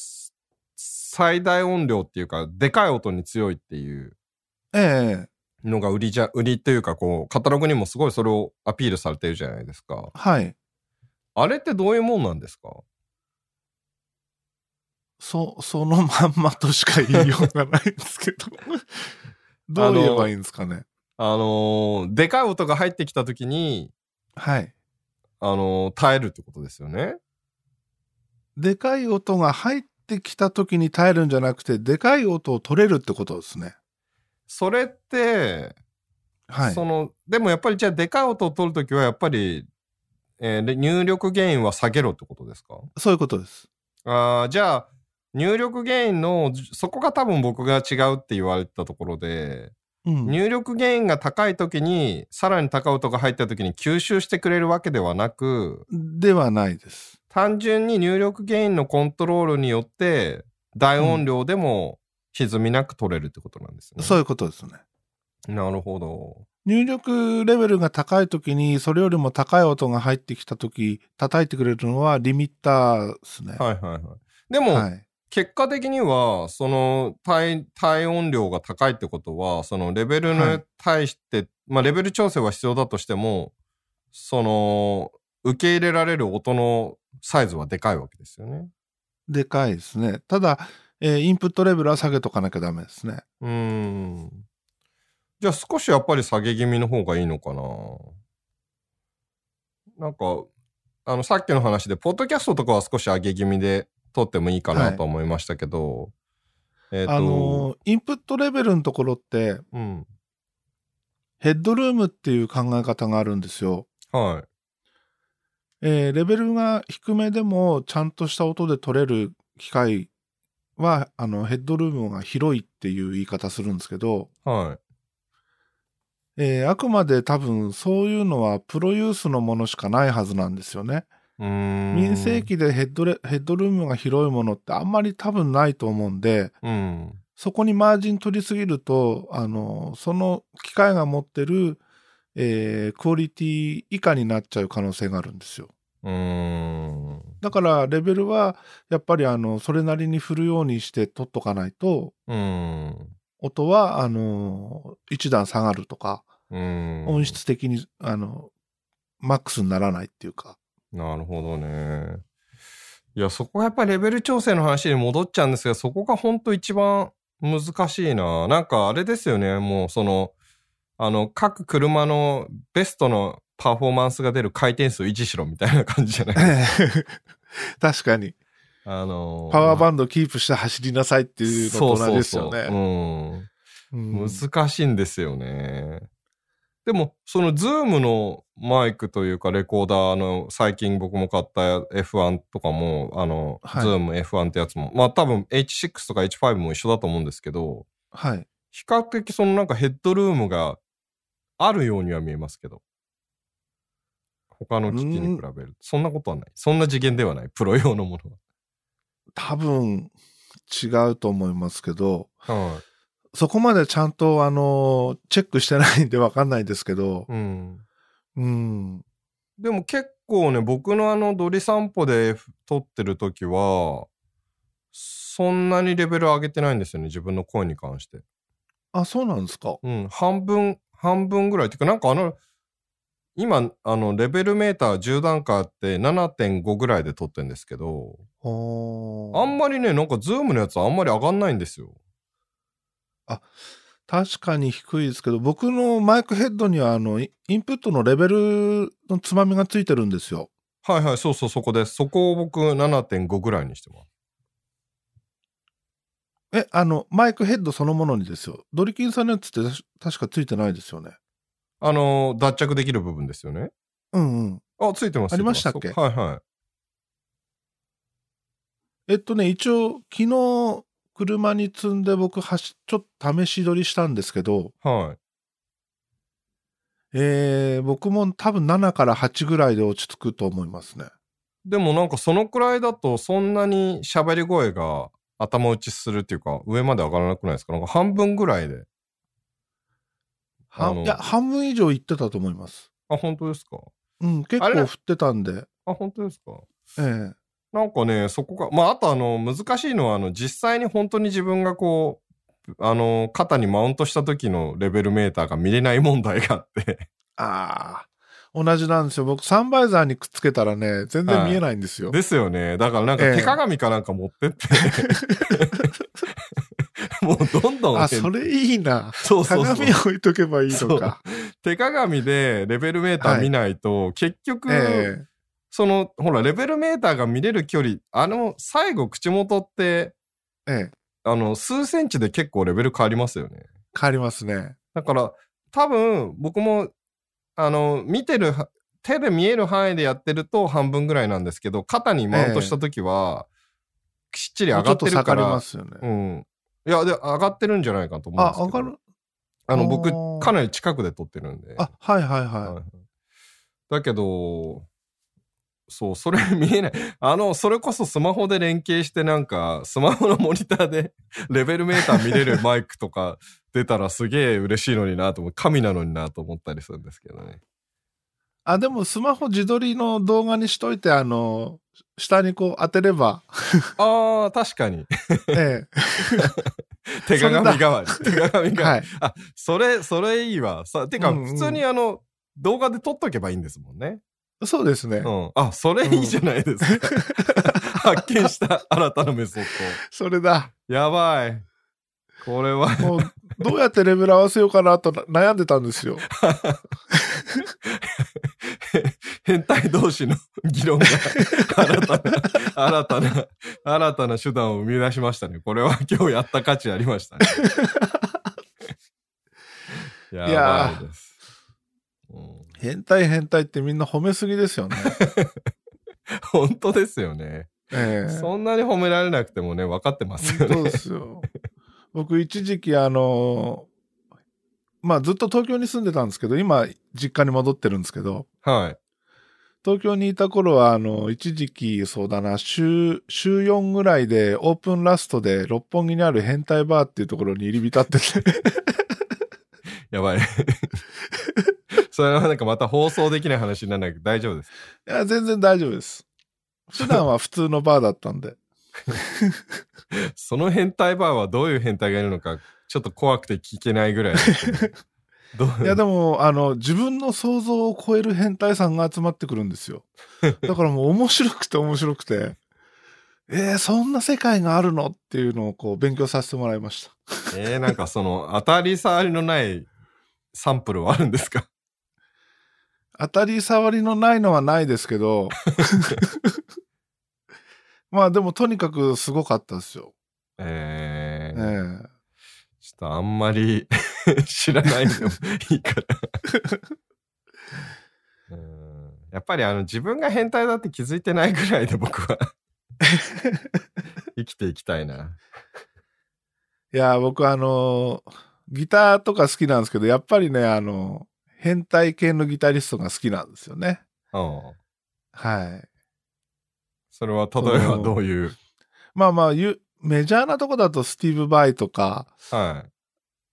C: 最大音量っていうか、でかい音に強いっていう
B: ええ。
C: のが売りじゃ、売りというか、こう、カタログにもすごいそれをアピールされてるじゃないですか。
B: はい。
C: あれってどういうもんなんですか
B: そ、そのまんまとしか言いようがないんですけ *laughs* ど。どう言えばいいんですかね。
C: あのーでかい音が入ってきた時に、
B: はい。
C: あのー耐えるってことですよね。
B: でかい音が入ってきた時に耐えるんじゃなくて、でかい音を取れるってことですね。
C: それって、
B: はい。
C: その、でもやっぱりじゃあでかい音を取るときはやっぱり、えーで入力ゲインは下げろってことですか
B: そういうことです。
C: あーじゃあ、入力ゲインの、そこが多分僕が違うって言われてたところで、
B: うん
C: 入力ゲインが高い時にさらに高い音が入った時に吸収してくれるわけではなく
B: ではないです。
C: 単純に入力ゲインのコントロールによって大音量でも歪みなく取れるってことなんですね。
B: そういうことですね。
C: なるほど。
B: 入力レベルが高い時に、それよりも高い音が入ってきた時、叩いてくれるのはリミッターですね。
C: はいはいはい。で
B: い
C: も、
B: はい。
C: 結果的にはその対対音量が高いってことはそのレベル
B: は
C: に
B: い
C: 対して、まあレベル調整は必要だとしてもその受け入れられる音のサイズはでかいわけですよね。
B: でかいですね。ただ、えーインプットレベルは下げとかなきゃダメですね。
C: うーん。じゃあ少しやっぱり下げ気味の方がいいのかななんか、あの、さっきの話で、ポッドキャストとかは少し上げ気味で撮ってもいいかな
B: はい
C: と思いましたけど、えっ、と、
B: あのー、インプットレベルのところって、
C: うん。
B: ヘッドルームっていう考え方があるんですよ。
C: はい。
B: えーレベルが低めでもちゃんとした音で取れる機械はあのヘッドルームが広いっていう言い方するんですけど、
C: はい。
B: えーあくまで多分そういうのはプロユースのものしかないはずなんですよね。
C: うーん。
B: 民生機でヘッドレヘッドルームが広いものってあんまり多分ないと思うんで、
C: うん。
B: そこにマージン取りすぎると、あの、その機械が持ってる、えークオリティ以下になっちゃう可能性があるんですよ。
C: うーん。
B: だからレベルはやっぱりあのそれなりに振るようにして取っとかないと
C: うん。
B: 音はあの一段下がるとか
C: うん。
B: 音質的にあのマックスにならないっていうか
C: なるほどね。いや、そこがやっぱりレベル調整の話に戻っちゃうんですが、そこが本当一番難しいな。なんかあれですよね、もうその、あの、各車のベストのパフォーマンスが出る回転数を維持しろみたいな感じじゃない
B: *laughs* 確かに
C: あの
B: パワー
C: ンっ
B: バンドキープして走りなさいって
C: て
B: いうのと同じですよね。うん
C: 難しいんですよね。でも、そのズームのマイクというかレコーダーの最近僕も買った F1 とかも、あの、
B: はい
C: ズーム F1 ってやつも、まあ多分 H6 とか H5 も一緒だと思うんですけど、
B: はい
C: 比較的そのなんかヘッドルームがあるようには見えますけど、他の機器に比べると、そんなことはない。そんな次元ではない、プロ用のもの
B: 多分違うと思いますけど
C: は。はい。
B: そこまでちゃんとあのチェックしてないんでわかんないですけど
C: うん。
B: うん
C: でも結構ね、僕のあの鳥散歩で F 撮ってる時は、そんなにレベル上げてないんですよね、自分の声に関して。
B: あそうなんですか
C: うん、半分、半分ぐらい。てか、なんかあの、今、あの、レベルメーター10段階あって7.5ぐらいで撮ってるんですけど、
B: あん
C: あんまりね、なんかズームのやつあんまり上がんないんですよ。
B: 確かに低いですけど、僕のマイクヘッドには、あの、イインプットのレベルのつまみがついてるんですよ。
C: はいはい、そうそう、そこです。そこを僕7.5ぐらいにしてます。
B: え、あの、マイクヘッドそのものにですよ。ドリキンさんのやつって確確かついてないですよね。
C: あの、脱着できる部分ですよね。
B: うんうん。
C: あ、ついてます。
B: ありましたっけ
C: ついてますはいはい。
B: えっとね、一応、昨日、車に積んで僕、走ちょっと試し撮りしたんですけど、
C: はい。
B: えー、僕も多分7から8ぐらいで落ち着くと思いますね。
C: でもなんかそのくらいだとそんなに喋り声が頭打ちするっていうか上まで上がらなくないですかなんか半分ぐらいで。あ
B: は
C: の
B: いや、半分以上いってたと思います。
C: あ、本当ですか
B: うん、結
C: あれ
B: 構振ってたんで、
C: あ、本当ですか
B: ええ
C: なんかね、そこが、まああとあの難しいのはあの実際に本当に自分がこう、あの肩にマウントした時のレベルメーターが見れない問題があって。
B: ああ。同じなんですよ。僕、サンバイザーにくっつけたらね、全然
C: はい
B: 見えないんですよ。
C: ですよね。だからなんか
B: ええ
C: 手鏡かなんか持ってって。
B: *laughs*
C: もうどんどん
B: あ、それいいな。
C: そうそうそう
B: 鏡を置いとけばいいのか。
C: 手鏡でレベルメーター見ないと、結局、
B: え
C: そのほらレベルメーターが見れる距離あの最後口元って
B: えええ
C: あの数センチで結構レベル変わりますよね
B: 変わりますね。
C: だから多分僕もあの見てる手で見える範囲でやってると半分ぐらいなんですけど肩にマウントした時は、きっちり上
B: ちょ
C: が
B: っ
C: って
B: と
C: る
B: 下
C: か
B: がり
C: ら
B: ますよね。
C: うんいやで上がってるんじゃないかと思うんで
B: あ
C: す、けど
B: 上がる
C: あの、
B: あ
C: 僕
B: ー、
C: かなり近くで撮ってるんで。
B: あ、はいはいは
C: はいだけど、そう、それ見えない。 *laughs* あの、それこそスマホで連携してなんか、スマホのモニターで *laughs* レベルメーター見れ
B: *laughs*
C: るマイクとか出たらすげえ嬉しいのになと思う。神なのになと思ったりするんですけどね。
B: い。あ、でもスマホ自撮りの動画にしといて、あの、下にこう当てれ
C: *laughs*
B: ば、
C: ああ、確か
B: *laughs*
C: に。
B: え
C: 手
B: それだ
C: 鏡代わり。手鏡
B: え、
C: 代わり。
B: はい。
C: それ、それいいわ。さ、てか、
B: うんうん
C: 普通にあの、動画で撮っとけばいいんですもんね。
B: そうですね。
C: うん。あ、それいいじゃないで
B: *laughs*
C: すか。発見した新たなメソッ
B: それだ。
C: ド。やばい。これは
B: もう、どうやってレベル合わせようかなと悩んでたんです
C: *laughs*
B: よ。
C: 変態同士の *laughs* 議論が新たな、新たな、新たな手段を生み出しましたね。これは今日やった価値ありましたね。
B: *laughs* い
C: や
B: や
C: ばいです。うん
B: 変態変態ってみんな褒めすぎですよね。
C: 本当ですよね。
B: ええ
C: そんなに褒められなくてもね、分かってますよね。
B: そうですよ。僕、一時期、あの、まあ、ずっと東京に住んでたんですけど、今、実家に戻ってるんですけど、
C: はい。
B: 東京にいた頃は、あの、一時期、そうだな、週、週4ぐらいで、オープンラストで、六本木にある変態バーっていうところに入り浸ってて、
C: やばい。 *laughs* それはなんかまた放送できない話にならないけど大丈夫です。
B: いや、全然大丈夫です。普段は普通のバーだったんで。
C: その変態バーはどういう変態がいるのか、ちょっと怖くて聞けないぐらいですけど。ど
B: *laughs*
C: う
B: いやでも、あの、自分の想像を超える変態さんが集まってくるんですよ。だからもう面白くて面白くて、えー、そんな世界があるのっていうのをこう勉強させてもらいました。
C: えー、なんかその当たり障りのないサンプルはあるんですか
B: 当たり障りのないのはないですけど、まあでもとにかくすごかったですよ。
C: え
B: え
C: ー、
B: ー
C: ちょっとあんまり *laughs* 知らないでもい
B: *laughs*
C: いから。うんやっぱりあの自分が変態だって気づいてないぐらいで僕
B: *laughs*
C: は生きていきたいな。
B: いや、僕あの、ギターとか好きなんですけど、やっぱりね、あの、変態系のギタリストが好きなんですよね。
C: うん
B: はい。
C: それは例えばどういう。
B: まあまあ、ゆメジャーなとこだとスティーブ・バイとか、
C: はい。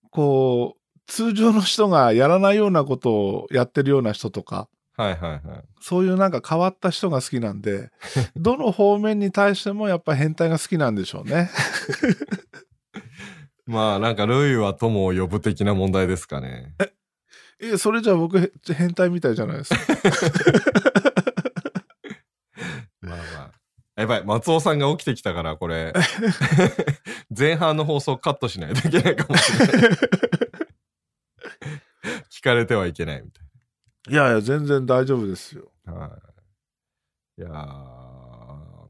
B: こう、通常の人がやらないようなことをやってるような人とか、
C: はいはいはい。
B: そういうなんか変わった人が好きなん
C: *laughs*
B: で、どの方面に対してもやっぱ変態が好きなんでしょうね。 *laughs*
C: まあなんか、ルイは友を呼ぶ的な問題です
B: *laughs*
C: かね。
B: え、それじゃあ僕へ変態みたいじゃないです
C: *laughs*
B: か。
C: まあまあ。やばい、松尾さんが起きてきたから、これ。前半の放送カットしないといけないかもしれない。聞かれてはいけないみたい
B: いやいや、全然大丈夫ですよ。
C: な。はい。いやー。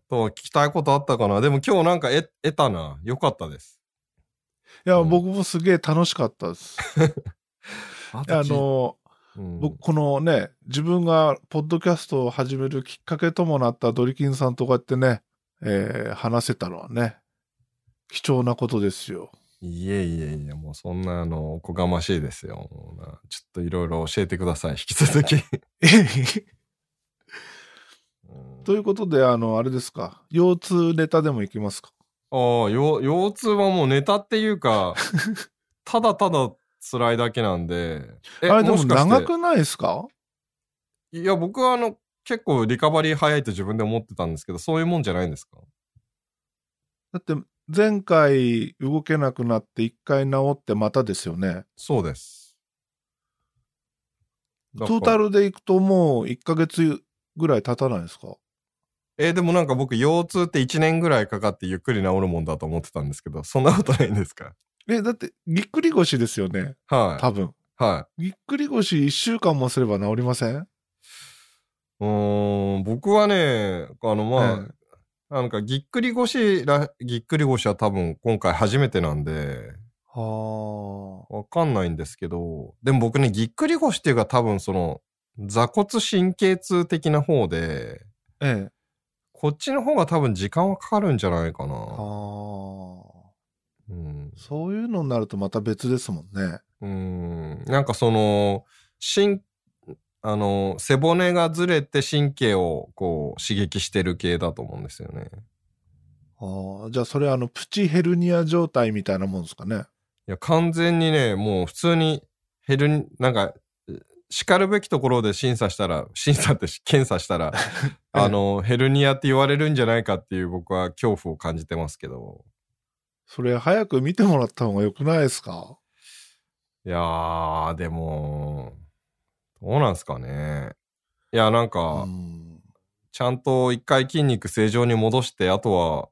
C: と、聞きたいことあったかなでも今日なんか得得たな。よかったです。
B: いや、
C: うん
B: 僕もすげえ楽しかった
C: *laughs*
B: です。
C: あ
B: あ、の、
C: うん
B: 僕、このね、自分がポッドキャストを始めるきっかけともなったドリキンさんとこうやってね、えー話せたのはね、貴重なことですよ。 *laughs*
C: いえいえいえ、もうそんな、あの、おこがましいですよ。もうなちょっといろいろ教えてください。引き
B: *laughs*
C: 続き。うん
B: ということで、あの、あれですか、腰痛ネタでもいきますか。
C: ああ、よ腰痛はもうネタってい
B: *laughs*
C: うか、ただただ辛いだけなんで。え
B: あれでも
C: しかして
B: 長くないですか
C: いや、僕はあの、結構リカバリー早いと自分で思ってたんですけど、そういうもんじゃないんですか
B: だって、前回動けなくなって一回治ってまたですよね。
C: そうです。
B: ト
C: だから
B: ータルでいくともう1ヶ月ぐらい経たないですか
C: えーでもなんか僕、腰痛って1年ぐらいかかってゆっくり治るもんだと思ってたんですけど、そんなことないんですか
B: え、だって、ぎっくり腰ですよね、
C: は
B: 多分。
C: い。はい。
B: ぎっくり腰1週間もすれば治りません
C: うーん、僕はね、あの、まあ、
B: ええ
C: なんか、ぎっくり腰ら、ぎっくり腰は多分今回初めてなんで、
B: は
C: わかんないんですけど、でも僕ね、ぎっくり腰っていうか多分その、座骨神経痛的な方で、
B: あ。ええ。
C: こっちの方が多分時間はかかるんじゃないか
B: あ
C: な。
B: あ。
C: うん。
B: そういうのになるとまた別ですもんね。
C: うん。なんかその、神、あの、背骨がずれて神経をこう刺激してる系だと思うんですよね。
B: ああ、じゃあそれあの、プチヘルニア状態みたいなもんですかね。
C: いや、完全にね、もう普通にヘルニ、なんか、叱るべきところで審査し
B: *laughs*
C: たら、審査って検査したら、あの、ヘルニアって言われるんじゃないかっていう僕は恐怖を感じてますけど。
B: それ早く見てもらった方が良くないですか
C: いやー、でも、どうなんすかね。いや、なん
B: う
C: か、
B: ん。
C: ちゃんと一回筋肉正常に戻して、あとは、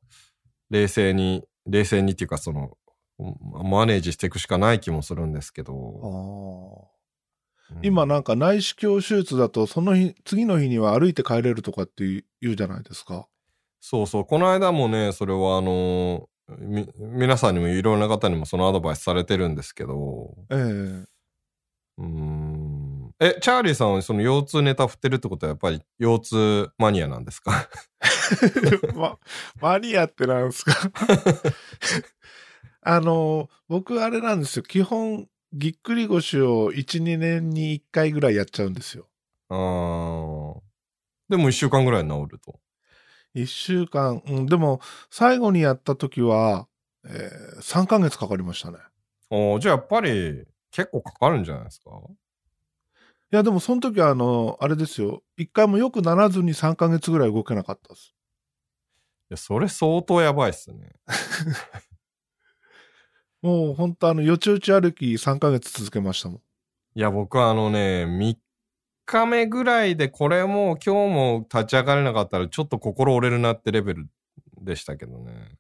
C: 冷静に、冷静にっていうか、その、マネージしていくしかない気もするんですけ
B: ああ。
C: ど。うん
B: 今なんか内視鏡手術だと、その日、次の日には歩いて帰れるとかっていう言うじゃないですか。
C: そうそう、この間もね、それはあのーみ、皆さんにもいろんな方にもそのアドバイスされてるんですけど、
B: ええ
C: *laughs* うーん。え、チャーリーさんはその腰痛ネタ振ってるってことはやっぱり腰痛マニアなんですか *laughs*
B: ま、マニアってなんですか *laughs* あの、僕あれなんですよ。基本、ぎっくり腰を1、2年に1回ぐらいやっちゃうんですよ。
C: あーでも一週間ぐらい治ると。
B: 1週間、うん、でも、最後にやった時は、えー、3ヶ月かかりましたね。
C: おーじゃあやっぱり結構かかるんじゃないですか
B: いや、でもその時は、あの、あれですよ。1回も良くならずに3ヶ月ぐらい動けなかったです。
C: いや、それ相当やばいっすね。
B: もう本当あの、よちよち歩き3ヶ月続けましたもん。
C: いや、僕はあのね、3日目ぐらいでこれもう今日も立ち上がれなかったらちょっと心折れるなってレベルでしたけどね。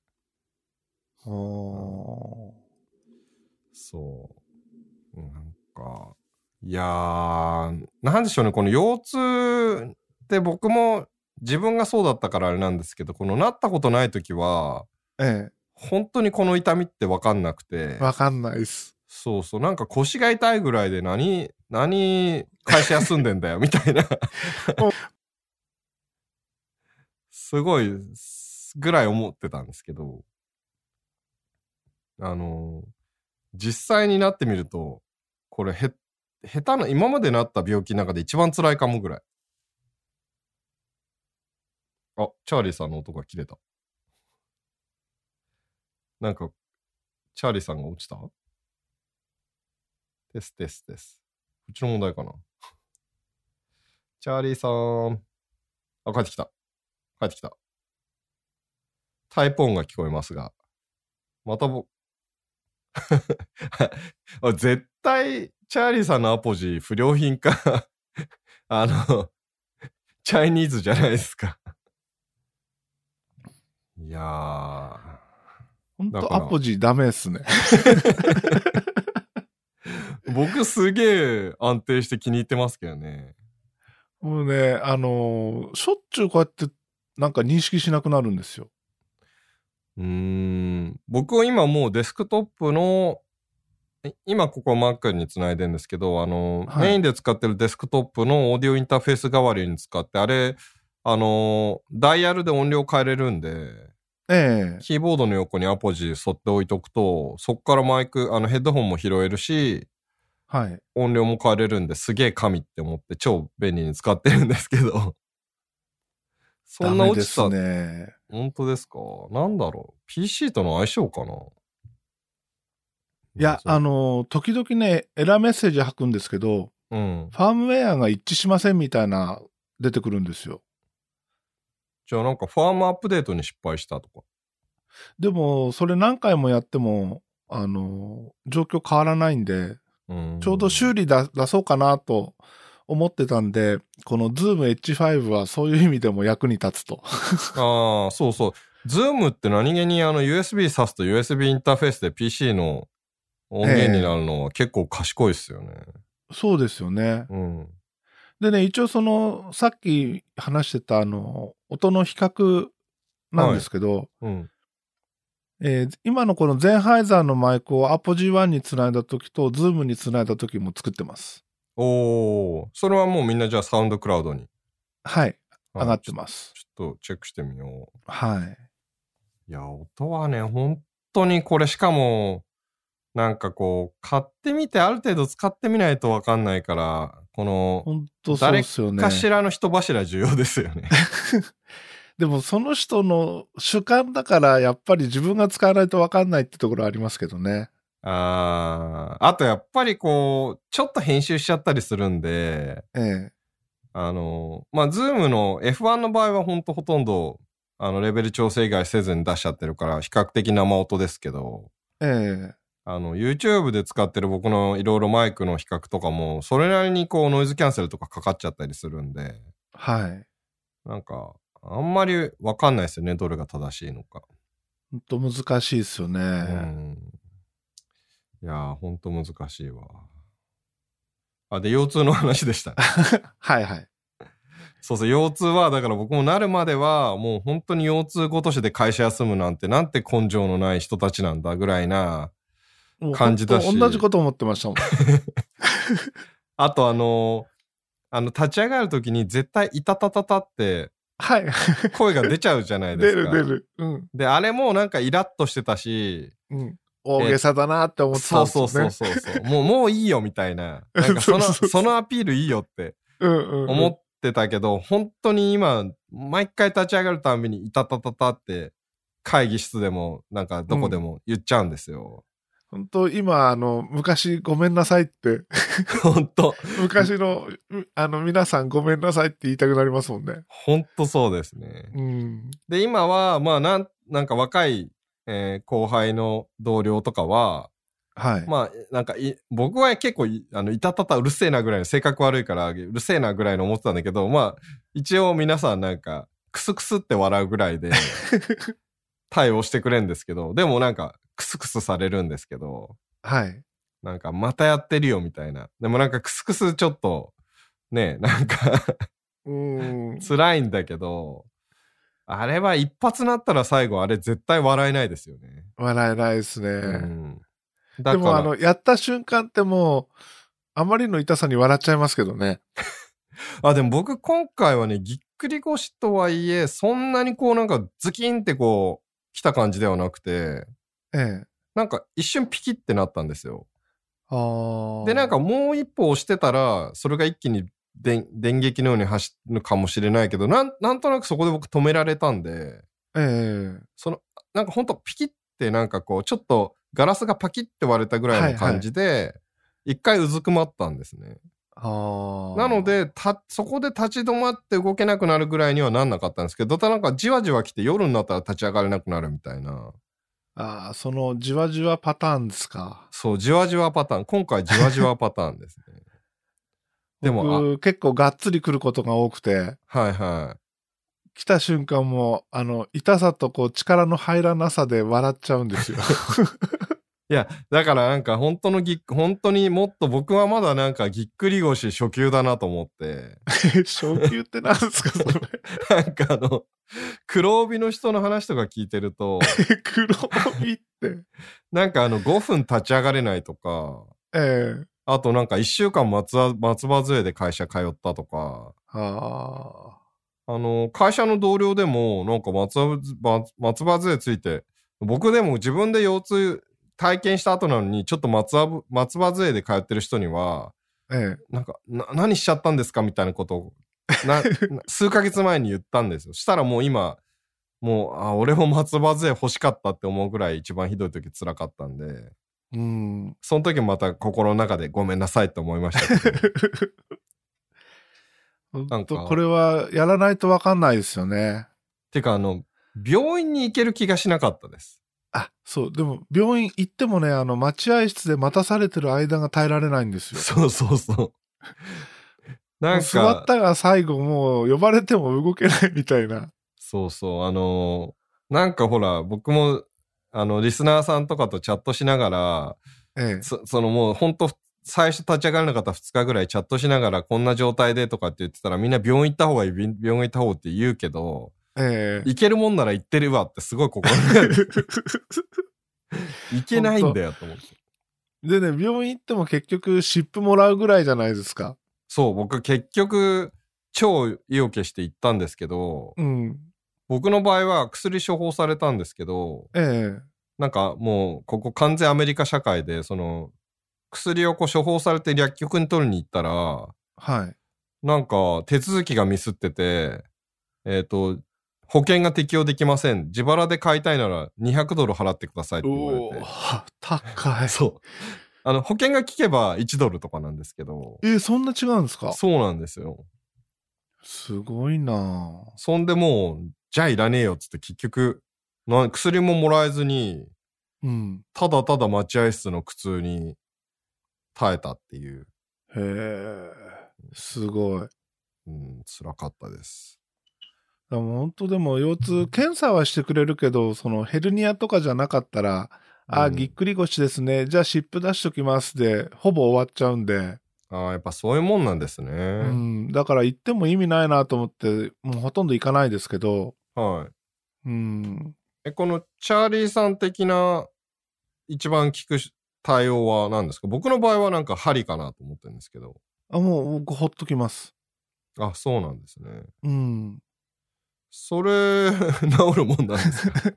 C: そう。なんか、いやー、なんでしょうね、この腰痛って僕も自分がそうだったからあれなんですけど、このなったことない時は、
B: え
C: 本当にこの痛みって分かんなく
B: え、、
C: て
B: わかんないです。
C: そうそう、なんか腰が痛いぐらいで何、何、会社休んでんだよ、みたいな。すごい、すぐらい思ってたんですけど、あの、実際になってみると、これへ、下手な、今までなった病気の中で一番辛いかもぐらい。あ、チャーリーさんの音が切れた。なんか、チャーリーさんが落ちたですですです。こっちの問題かな。チャーリーさん。あ、帰ってきた。帰ってきた。タイプ音が聞こえますが。またぼ、 *laughs* あ絶対、チャーリーさんのアポジー不良品か。 *laughs* あの、チャイニーズじゃないですか。いやー。
B: 本
C: だ
B: 当
C: から
B: アポジダメですね。
C: 僕すげえ安定して気に入ってますけどね。
B: もうね、あのーしょっちゅうこうやって、なんか認識しなくなるんですよ。
C: うーん僕は今もうデスクトップのえ今ここ Mac につないでるんですけどあの、
B: はい
C: メインで使ってるデスクトップのオーディオインターフェース代わりに使ってあれあのダイヤルで音量変えれるんで
B: ええ
C: キーボードの横にアポジ沿って置いとくとそっからマイクあのヘッドホンも拾えるし
B: はい。
C: 音量も変えれるんですげえ神って思って超便利に使ってるんですけどそんな落ちた
B: ダメですね。
C: 本当ですかなんだろう ?PC との相性かない
B: いや、あ
C: の、
B: のー時々ね、エラーメッセージ吐くんですけど、
C: うん。
B: ファームウェアが一致しませんみたいな、出てくるんですよ。
C: じゃあなんかファームアップデートに失敗したとか。
B: でも、それ何回もやっても、あのー状況変わらないんで、
C: うん
B: ちょうど修理だ出そうかなと思ってたんで、この Zoom H5 はそういう意味でも役に立つと。 *laughs*
C: ああ、そうそう。ズームって何気にあの USB 挿すと USB インターフェースで PC の音源になるのは結構賢いっすよね。
B: そうですよね。
C: うん。
B: でね、一応その、さっき話してた、あの、音の比較なんですけど、
C: うん。
B: えー今のこのゼンハイザーのマイクをアポ G1 につないだ時と、ズームにつないだ時も作ってます。
C: おー。それはもうみんなじゃあサウンドクラウドに。
B: はい、上がって
C: す。
B: ます。
C: ちょっとチェックしてみよう。
B: はい。
C: いや、音はね、本当にこれしかも、なんかこう、買ってみて、ある程度使ってみないとわかんないから、この、
B: 本当そうですよね。
C: 頭の人柱重要ですよね。 *laughs*
B: でもその人の主観だから、やっぱり自分が使わないと分かんないってところありますけどね。
C: あーあとやっぱりこう、ちょっと編集しちゃったりするんで、
B: ええ。
C: あの、まあ、ズームの F1 の場合はほんとほとんど、あの、レベル調整以外せずに出しちゃってるから、比較的生音ですけど、
B: ええ。
C: あの、YouTube で使ってる僕のいろいろマイクの比較とかも、それなりにこう、ノイズキャンセルとかかかっちゃったりするんで、
B: はい。
C: なんか、あんまりわかんないですよね、どれが正しいのか。
B: 本当難しいですよね。
C: うん。いやー、ほんと難しいわ。あ、で、腰痛の話でした。
B: はいはい。
C: そうそう、腰痛は、だから僕もなるまでは、もう本当に腰痛ごとしで会社休むなんて、なんて根性のない人たちなんだぐらいな。
B: もう
C: 感じだし
B: 本当同じこと思ってま
C: *laughs*
B: したもん。
C: あとあのー、あの、立ち上がるときに絶対、いたたたたって
B: はい。
C: 声が出ちゃうじゃないで
B: 出
C: すか。
B: る出る。うん。
C: で、あれもなんかイラッとしてたし、
B: うん。大げさだなって思ってた
C: そ
B: ん
C: う
B: です
C: そ
B: よ
C: う
B: ね。
C: そうそうそう、もう、もういいよみたいな。なんかそ
B: そ
C: の、
B: うそうそう
C: そのアピールいいよって
B: うんうんうん。
C: 思ってたけど、本当に今、毎回立ち上がるたんびに、いたたたたって、会議室でも、なんかどこでも言っちゃうんですよ。
B: 本当今、あの、昔ごめんなさいって、 *laughs*
C: 本当
B: 昔の、うあの、皆さんごめんなさいって言いたくなりますもんね。
C: 本当そうですね。
B: うん。
C: で、今は、まあ、なん、なんか若い、えー後輩の同僚とかは、
B: はい。
C: まあ、なんかい、僕は結構い、あの、いたたたうるせえなぐらいの、性格悪いから、うるせえなぐらいの思ってたんだけど、まあ、一応皆さんなんか、クスクスって笑うぐらいで、
B: *laughs*
C: 対応してくれんですけど、でもなんか、クスクスされるんですけど、 *laughs*
B: はい。
C: なんか、またやってるよみたいな。でもなんか、クスクスちょっと、ね、なんか、
B: うん。
C: 辛いんだけど、あれは一発なったら最後、あれ絶対笑えないですよね。
B: 笑えないですね。
C: うん。だ
B: で
C: か
B: も、あ
C: ら
B: の、、やった瞬間ってもう、あまりの痛さに笑っちゃいますけどね。
C: あ、でも僕今回はね、ぎっくり腰とはいえ、そんなにこうなんかズキンってこう、来た感じではなくて、
B: ええ。
C: なんか一瞬ピキってなったんですよ。
B: ああ。
C: で、なんか、もう一歩押してたら、それが一気に電電撃のように走るかもしれないけど、なん、なんとなくそこで僕止められたんで、
B: ええ
C: その、なんかほんとピキってなんかこう、ちょっとガラスがパキって割れたぐらいの感じで、一回うずくまったんですね。
B: ああ。
C: なの、で、た、そこで立ち止まって動けなくなるぐらいにはなんなかったんですけど、ただなんかじわじわ来て夜になったら立ち上がれなくなるみたいな。
B: ああ、その、じわじわパターンですか。
C: そう、じわじわパターン。今回じわじわパターンです
B: *laughs*
C: ね。でも、
B: 僕、結構がっつり来ることが多くて、
C: あはいは
B: 来た瞬間も、あの、痛さとこう、力の入らなさで笑っちゃうん
C: *laughs*
B: ですよ。
C: い。いや、だからなんか本当のぎっ、本当にもっと僕はまだなんかぎっくり腰初級だなと思って、 *laughs*
B: 昇級ってなんですか、それ。
C: なんかあの、黒帯の人の話とか聞いてると、 *laughs*
B: 黒帯って。
C: なんかあの5分立ち上がれないとか、
B: ええ
C: あとなんか1週間松葉松葉杖で会社通ったとか、
B: あ
C: あの、会社の同僚でも、なんか松葉ず松松葉杖ついて、僕でも自分で腰痛体験した後なのに、ちょっと松葉松葉杖で通ってる人には、
B: あ。え
C: なんか、な何しちゃったんですかみたいなことを、なな数ヶ月前に言ったんですよ。したらもう今、もう、あ、俺も松葉杖欲しかったって思うぐらい一番ひどい時辛かったんで、
B: えうん。
C: その時また心の中でごめんなさいって思いましたけど。
B: 本当これはやらないとわかんないですよね。
C: てか、あの、病院に行ける気がしなかったです。
B: あ、そう。でも、病院行ってもね、あの、待合室で待たされてる間が耐えられないん *laughs* ですよ。
C: そうそうそう。なんか、
B: 座ったが最後もう呼ばれても動けないみたいな。
C: そうそう、あのーなんかほら、僕も、あの、リスナーさんとかとチャットしながら、
B: ええ。
C: そそのもう本当最初立ち上がれなかった2日ぐらいチャットしながらこんな状態でとかって言ってたらみんな病院行った方がいい、病病院行った方がいいって言うけど、 *laughs*
B: ええ。
C: 行けるもんなら行ってるわってすごい心の
B: *laughs*
C: 中で行けないんだよと思って。
B: でね、病院行っても結局、湿布もらうぐらいじゃないですか。
C: そう、僕結局、超意を決して行ったんですけど、
B: うん。
C: 僕の場合は薬処方されたんですけど、
B: ええ。
C: なんかもう、ここ完全アメリカ社会で、その、薬をこう処方されて薬局に取りに行ったら、
B: はい。
C: なんか手続きがミスってて、えっ、と、保険が適用できません。自腹で買いたいなら200ドル払ってくださいって言わ
B: お
C: れ
B: お
C: て。
B: 高い。
C: そう。あの、保険が効けば1ドルとかなんですけど、
B: えーそんな違うんですか
C: そうなんですよ。
B: すごいなぁ
C: そんでもう、じゃあいらねえよっつって結局、な薬ももらえずに、
B: うん。
C: ただただ待合室の苦痛に耐えたっていう、
B: へえ。すごい。
C: うん、辛かったです。
B: でも本当でも腰痛、検査はしてくれるけど、そのヘルニアとかじゃなかったら、あー、
C: うん
B: ぎっくり腰ですね。じゃあ湿布出しときますで、ほぼ終わっちゃうんで。
C: ああ、やっぱそういうもんなんですね。
B: うん。だから行っても意味ないなと思って、もうほとんど行かないですけど。
C: はい。
B: うん。
C: え、このチャーリーさん的な一番聞くし対応は何ですか僕の場合はなんか針かなと思ってるんですけど。
B: あ、もう僕ほっときます。
C: あ、そうなんですね。
B: うん。 *laughs*
C: それ、治 *laughs* るもんなんです
B: *laughs*
C: か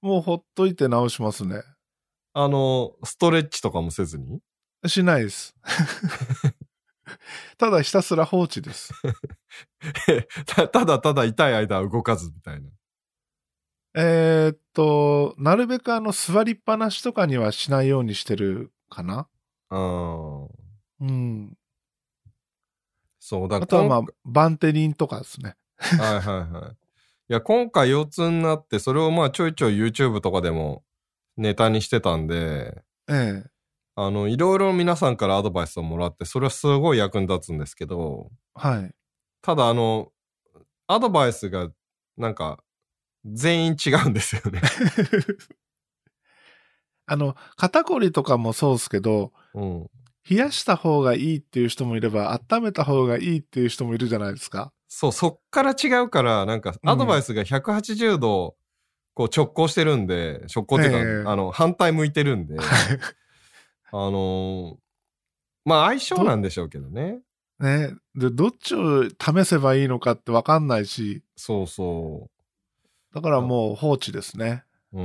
B: もうほっといて直しますね。
C: あの、ストレッチとかもせずに *laughs*
B: しないです。 *laughs* ただひたすら放置です。
C: たただただ痛い間は動かずみたいな。
B: えーっと、なるべくあの座りっぱなしとかにはしないようにしてるかな。
C: あー
B: うん。
C: そうだ
B: あとはまあ
C: 今、
B: バンテリンとかですね。
C: はいはいはい。いや、今回腰痛になって、それをまあちょいちょい YouTube とかでもネタにしてたんで、
B: ええ
C: あの、いろいろ皆さんからアドバイスをもらって、それはすごい役に立つんですけど、
B: はい。 *laughs*
C: ただあの、アドバイスがなんか全員違うんですよ
B: *laughs*
C: ね。
B: あの、肩こりとかもそうですけど、
C: うん。
B: 冷やした方がいいっていう人もいれば、温めた方がいいっていう人もいるじゃないですか。
C: そう、そっから違うから、なんか
B: うん
C: アドバイスが180度、こう直行してるんで、直行っていうか、
B: ええ
C: あの、反対向いてるんで、あのーまあ相性なんでしょうけどね。
B: *laughs* ね。で、どっちを試せばいいのかってわかんないし、
C: そうそ
B: だからもう放置ですね。
C: う。う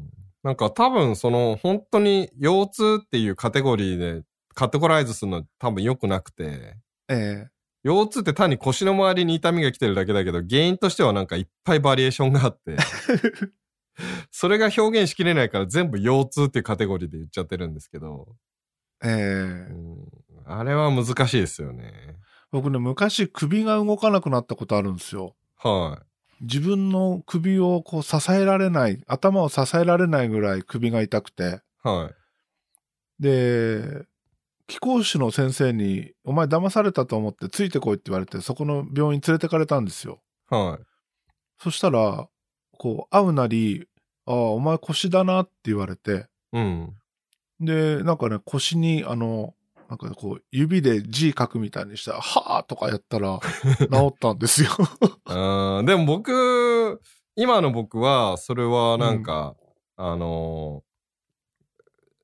C: ん。なんか多分その、本当に腰痛っていうカテゴリーで、カテゴライズするの多分良くなくて、
B: ええ
C: 腰痛って単に腰の周りに痛みが来てるだけだけど、原因としてはなんかいっぱいバリエーションがあって、それが表現しきれないから全部腰痛っていうカテゴリーで言っちゃってるんですけど、
B: え
C: う
B: え
C: ん、あれは難しいですよね。
B: 僕ね、昔首が動かなくなったことあるんですよ。
C: は
B: 自分の首をこう支えられない、頭を支えられないぐらい首が痛くて。
C: い。はい。
B: で、気候士の先生に、お前騙されたと思ってついてこいって言われて、そこの病院連れてかれたんですよ。
C: は
B: そしたら、こう、会うなり、ああ、お前腰だなって言われて、
C: い。うん。
B: で、なんかね、腰に、あの、なんかこう、指で字書くみたいにして、はあとかやった
C: *laughs*
B: ら、治ったんですよ。
C: あーでも僕、今の僕は、それはなんか、あのー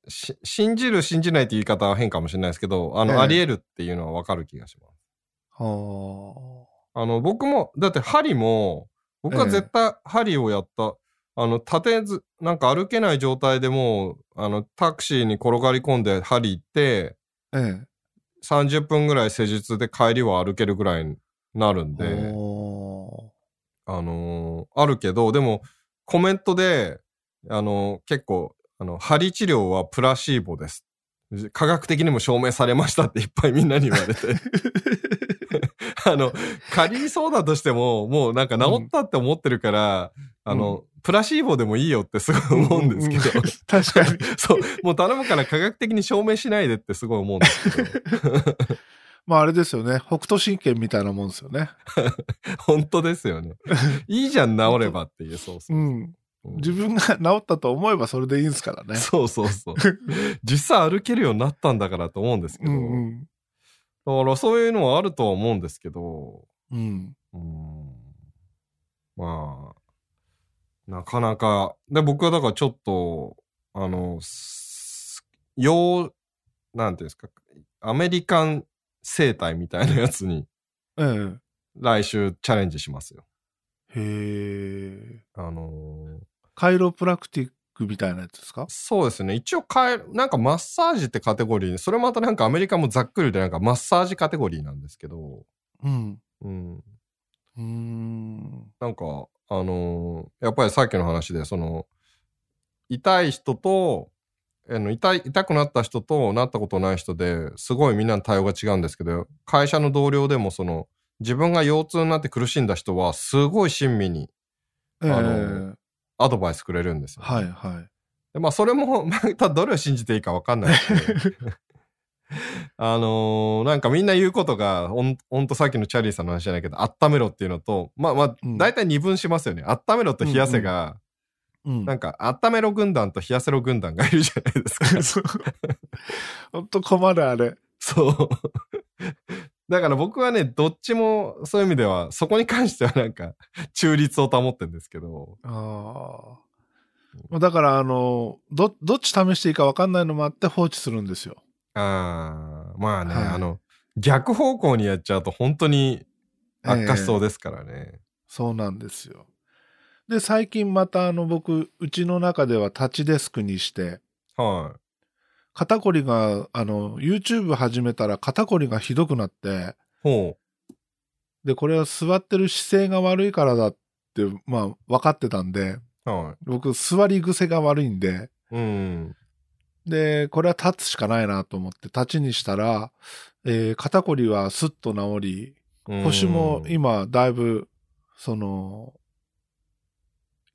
C: し信じる信じないって言い方は変かもしれないですけど、あの、
B: ええ
C: あり得るっていうのはわかる気がします。
B: は
C: あの、僕も、だって針も、僕は絶対針をやった、あの、立てず、なんか歩けない状態でもう、あの、タクシーに転がり込んで針行って、
B: あ。え
C: 30分ぐらい施術で帰りは歩けるぐらいになるん
B: え。
C: で、
B: お
C: あのーあるけど、でも、コメントで、あのー結構、あの、針治療はプラシーボです。科学的にも証明されましたっていっぱいみんなに言われて。
B: ー
C: あの、仮にそうだとしても、もうなんか治ったって思ってるから、あの、プラシーボでもいいよってすごい思うんですけど、
B: う確かに。
C: *laughs* そう、もう頼むから科学的に証明しないでってすごい思うんですけど、
B: まああれですよね。北斗神拳みたいなもんですよね。
C: 本当ですよね。いいじゃん、治ればっていう、そうそうう。
B: ん。
C: うん
B: 自分が治ったと思えばそれでいいんですからね。
C: そうそ
B: *laughs*
C: うそう。実際歩けるようになったんだからと思うんですけ
B: う
C: ど、
B: んうん。
C: だからそういうのはあるとは思うんですけど、
B: うん。
C: うんまあ、なかなか、で、僕はだからちょっと、あの、す洋、なんていうんですか、アメリカン生態みたいなやつに
B: え
C: 来週チャレンジしますよ。
B: え。へえ。
C: あのー
B: カイロプラクティックみたいなやつですか
C: そうですね。一応変える、なんかマッサージってカテゴリー、それまたなんかアメリカもざっくりでなんかマッサージカテゴリーなんですけど、
B: うん。
C: うん。
B: うーん。
C: なんか、あのーやっぱりさっきの話で、その、痛い人と、あの痛い痛くなった人となったことない人ですごいみんなの対応が違うんですけど会社の同僚でもその自分が腰痛になって苦しんだ人はすごい親身に
B: ええ
C: あのアドバイスくれるんですよ。
B: はいはい。
C: でまあそれも *laughs* またどれを信じていいか分かんないですけど
B: *laughs*
C: あのーなんかみんな言うことがほんほんとさっきのチャーリーさんの話じゃないけど温めろっていうのとまあまあ
B: うん
C: 大体二分しますよね、温めろと冷やせが、
B: うん
C: なんか温めろ軍団と冷やせろ軍団がいるじゃないですか
B: *laughs* そうほんと困るあれ。
C: そうだから僕はねどっちもそういう意味ではそこに関してはなんか中立を保ってるんですけど
B: ああ。だから、あの、ど、どっち試していいか分かんないのもあって放置するんですよ。
C: あーまあね、
B: はい
C: あの逆方向にやっちゃうと本当に悪化しそう
B: で、
C: ですからね、
B: そうなんですよ。で、最近また、あの、僕、うちの中ではタッチデスクにして、
C: はい。
B: 肩こりが、あの、YouTube 始めたら肩こりがひどくなって、
C: ほ
B: で、これは座ってる姿勢が悪いからだって、まあ、分かってたんで、
C: う。は
B: 僕、座り癖が悪いんで、
C: い。うん。
B: で、これは立つしかないなと思って、立ちにしたら、えー肩こりはスッと治り、腰も
C: うん
B: 今、だいぶ、その、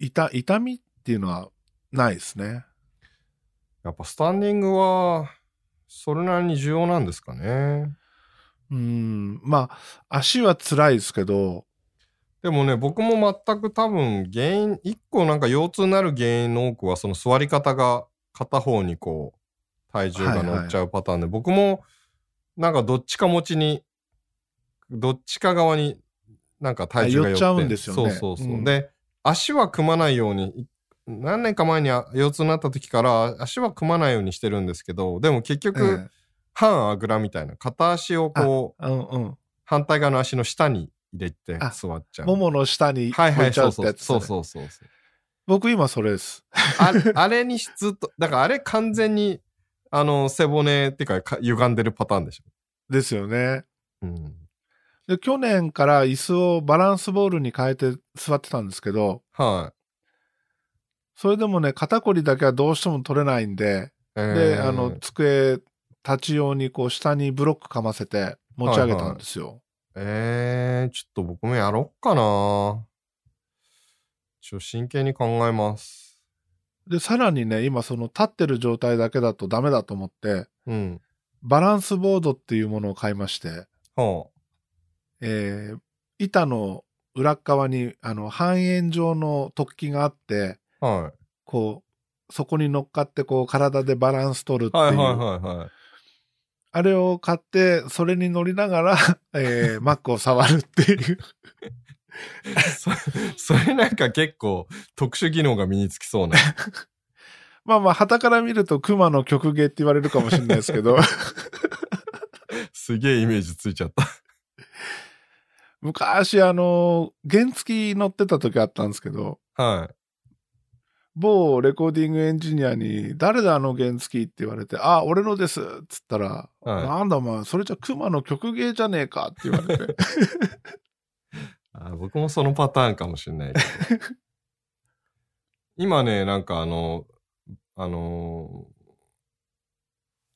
B: 痛、痛みっていうのはないですね。
C: やっぱスタンディングは、それなりに重要なんですかね。
B: うん、まあ、足は辛いですけど、
C: でもね、僕も全く多分原因、一個なんか腰痛になる原因の多くは、その座り方が片方にこう、体重が乗っちゃうパターンで、僕もなんかどっちか持ちに、どっちか側になんか体重が寄って
B: あ寄っちゃうんですよね
C: そうそうそう。
B: うん
C: で、足は組まないように、何年か前にあ腰痛になった時から足は組まないようにしてるんですけど、でも結局、
B: ええ
C: 半あぐらみたいな片足をこう
B: うんうん。
C: 反対側の足の下に入れて
B: あ
C: 座っちゃう
B: ももの下に
C: はい
B: 置
C: はいい
B: ちゃ
C: そうう
B: って
C: そう
B: やつです
C: そ
B: ね、
C: うそうそうそう
B: 僕今それです。
C: あれあれにしずっとだからあれ完全にあの背骨っていうかか歪んでるパターンでしょ、
B: ですよね。
C: うん、
B: で、去年から椅子をバランスボールに変えて座ってたんですけど、
C: はい
B: それでもね、肩こりだけはどうしても取れないんで、
C: え
B: で、
C: ー
B: あの、机、立ち用にこう、下にブロックかませて持ち上げたんですよ。
C: えー、ちょっと僕もやろっかなちょ真剣に考えます
B: で、さらにね、今その立ってる状態だけだとダメだと思って、
C: うん
B: バランスボードっていうものを買いまして、
C: は
B: えー板の裏っ側に、あの、半円状の突起があって、
C: あは
B: こう、そこに乗っかって、こう、体でバランス取るっ
C: い
B: ていう、
C: はいはいはいはい
B: あれを買って、それに乗りながら、 *laughs* えー、Mac を触るっていう。
C: そそれなんか結構特殊技能が身につきそうな。
B: まあまあ、旗から見ると、熊の曲芸って言われるかもしれないですけ
C: *laughs*
B: ど、
C: すげえイメージついちゃった。
B: 昔、あの、原付き乗ってた時あったんですけど、
C: はい。
B: 某レコーディングエンジニアに、誰だあの原付きって言われて、あ、俺のですっつったら、
C: はい、
B: なんだお前、それじゃ熊の曲芸じゃねえかって言われて、
C: *laughs* あ僕もそのパターンかもしれないけど。今ね、なんかあの、あの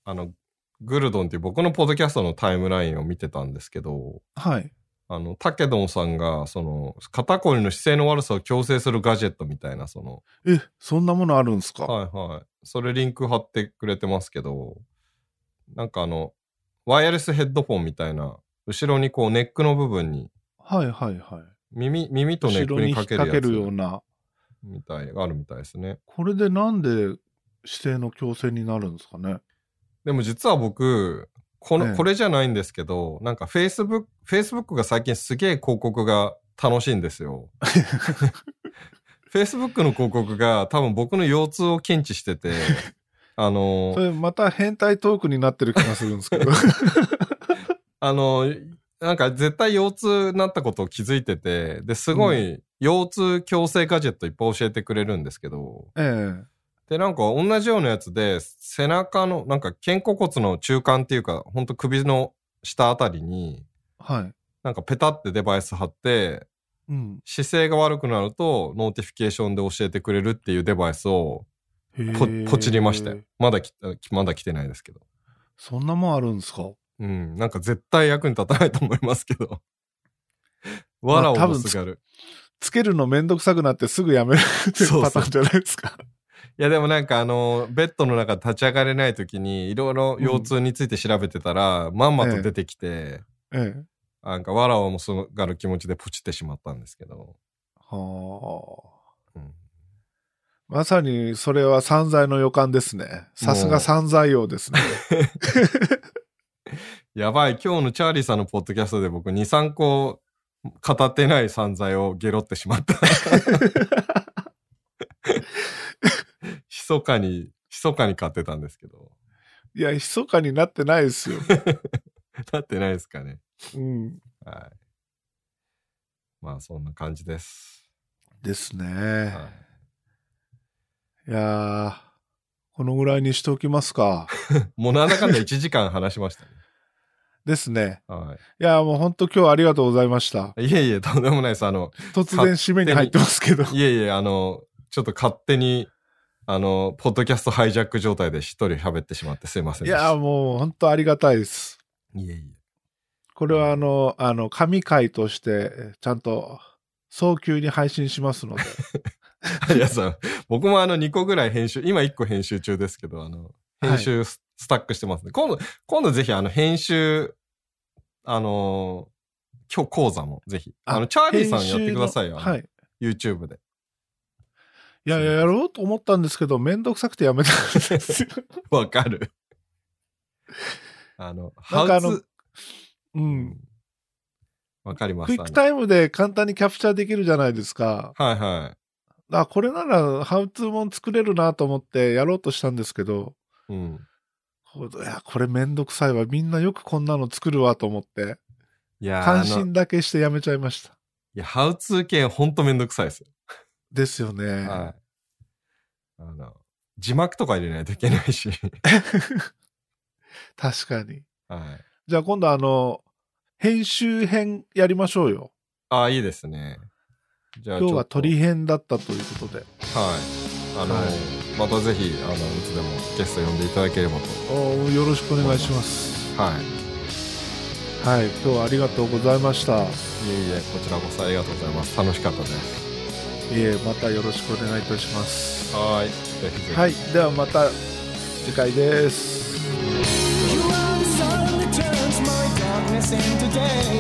C: あの、グルドンっていう僕のポッドキャストのタイムラインを見てたんですけど、
B: はい。
C: あの、タケドンさんが、その、肩こりの姿勢の悪さを強制するガジェットみたいな、その、
B: え、そんなものあるんすか、
C: はいはい。それリンク貼ってくれてますけど、なんかあの、ワイヤレスヘッドフォンみたいな、後ろにこうネックの部分に、
B: はいはいはい。
C: 耳、耳とネ
B: 後
C: ック
B: ろに
C: に
B: 引っ
C: かけ
B: 掛ける
C: る
B: よ
C: や
B: う
C: つ
B: な。
C: みたい、があるみたいですね。
B: これでなんで姿勢の矯正になるんですかね
C: でも実は僕、この、
B: ええ
C: これじゃないんですけど、なんか Facebook、Facebook が最近すげえ広告が楽しいんで
B: *laughs*
C: すよ。Facebook の広告が多分僕の腰痛を検知してて、あの
B: *laughs*
C: ー
B: それまた変態トークになってる気がするんですけ
C: *laughs*
B: ど。
C: あの、なんか絶対腰痛になったことを気づいてて、で、すごい腰痛矯正ガジェットいっぱい教えてくれるんですけど、
B: え
C: で、なんか同じようなやつで、背中の、なんか肩甲骨の中間っていうか、ほんと首の下あたりに、
B: はい。
C: なんかペタってデバイス貼って、
B: うん。
C: 姿勢が悪くなると、ノーティフィケーションで教えてくれるっていうデバイスを
B: へ
C: こ、
B: ー
C: こちりましたよ。まだき、まだ来てないですけど。
B: そんなもんあるんですか
C: うん、なんか絶対役に立たないと思いますけ
B: *laughs*
C: ど。わらをもすがる。
B: つけるのめんどくさくなってすぐやめるっていう
C: そう
B: パタ
C: そう
B: ーンじゃないです
C: *laughs*
B: か。
C: いやでもなんかあの、ベッドの中で立ち上がれない時に、いろいろ腰痛について調べてたら、まんまと出てきて、
B: ええ。
C: なんかわらをもすがる気持ちでポチってしまったんですけど。
B: はあ。
C: うん
B: まさにそれは散財の予感ですね。さす
C: も
B: が
C: う
B: 散財王ですね。
C: *laughs* やばい、今日のチャーリーさんのポッドキャストで僕2、3個語ってない散財をゲロってしまった。密かに、密かに買ってたんですけど。
B: いや、密かになってない
C: *laughs*
B: ですよ。
C: なってないですかね。
B: うん。
C: はい。まあそんな感じです。
B: ですね。、
C: はい
B: やー、このぐらいにしておきますか。
C: い、もうなんだかんだ1時間話しましたね。
B: ですね。
C: はい
B: やー、もう本当今日はありがとうございました。
C: い。いえいえ、とんでもないです。あの、
B: 突然締めに入ってますけど。
C: いえいえ、あの、ちょっと勝手に、あの、ポッドキャストハイジャック状態で一人喋ってしまってすいません
B: い
C: でした
B: やー、もう本当ありがたいです。
C: いえいえ。
B: これはあの、あの、神回として、ちゃんと早急に配信しますので。
C: *laughs* いやさ、僕もあの2個ぐらい編集、今1個編集中ですけど、あの、編集ス,、スタックしてますね。今度、今度ぜひあの編集、あのー今日講座もぜひ。
B: あ
C: あの、チャーリーさんやってくださいよ。
B: 編集のはい。
C: い。YouTube
B: *laughs*
C: で。
B: いやいや、やろうと思ったんですけど、めんどくさくてやめたん
C: *laughs*
B: ですよ。
C: わかる。あの、
B: な
C: ハ
B: んかあ
C: ウ
B: の
C: ツ。
B: う。。
C: うんわかりま
B: ク
C: す。
B: イックタイムで簡単にキャプチャーできるじゃないですか。
C: あのはいは
B: あ、これなら、ハウツーもん作れるなと思ってやろうとしたんですけど、
C: い。うん。
B: こういや、これめんどくさいわ。みんなよくこんなの作るわと思って、
C: いやー、
B: 関
C: あのい
B: 心だけしてやめちゃいました。
C: や、ハウツー系ほんとめんどくさいですよ。
B: ですよね。
C: はい。あの、字幕とか入れないといけないし。 *laughs*
B: 確かに。
C: はい。
B: じゃあ今度あの、編集編やりましょうよ。
C: ああ、いいですね。じゃあ
B: 今日は
C: ちょっと
B: 鳥編だったということで。
C: はい。あの、
B: はい
C: またぜひ、あの、いつでもゲスト呼んでいただければと。
B: およろしくお願いします。
C: は
B: は
C: い。い
B: い、今日はありがとうございました。い
C: えいえ、こちらこそありがとうございます。楽しかったです。
B: え、またよろしくお願いいたします。
C: はい。ぜひぜひ。
B: はい、ではまた次回です。
A: Your own sun that turns my darkness into day.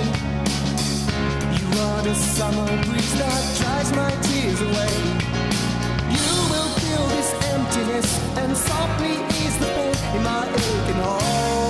A: You are the summer breeze that dries my tears away. You will fill this emptiness and softly ease the pain in my aching heart.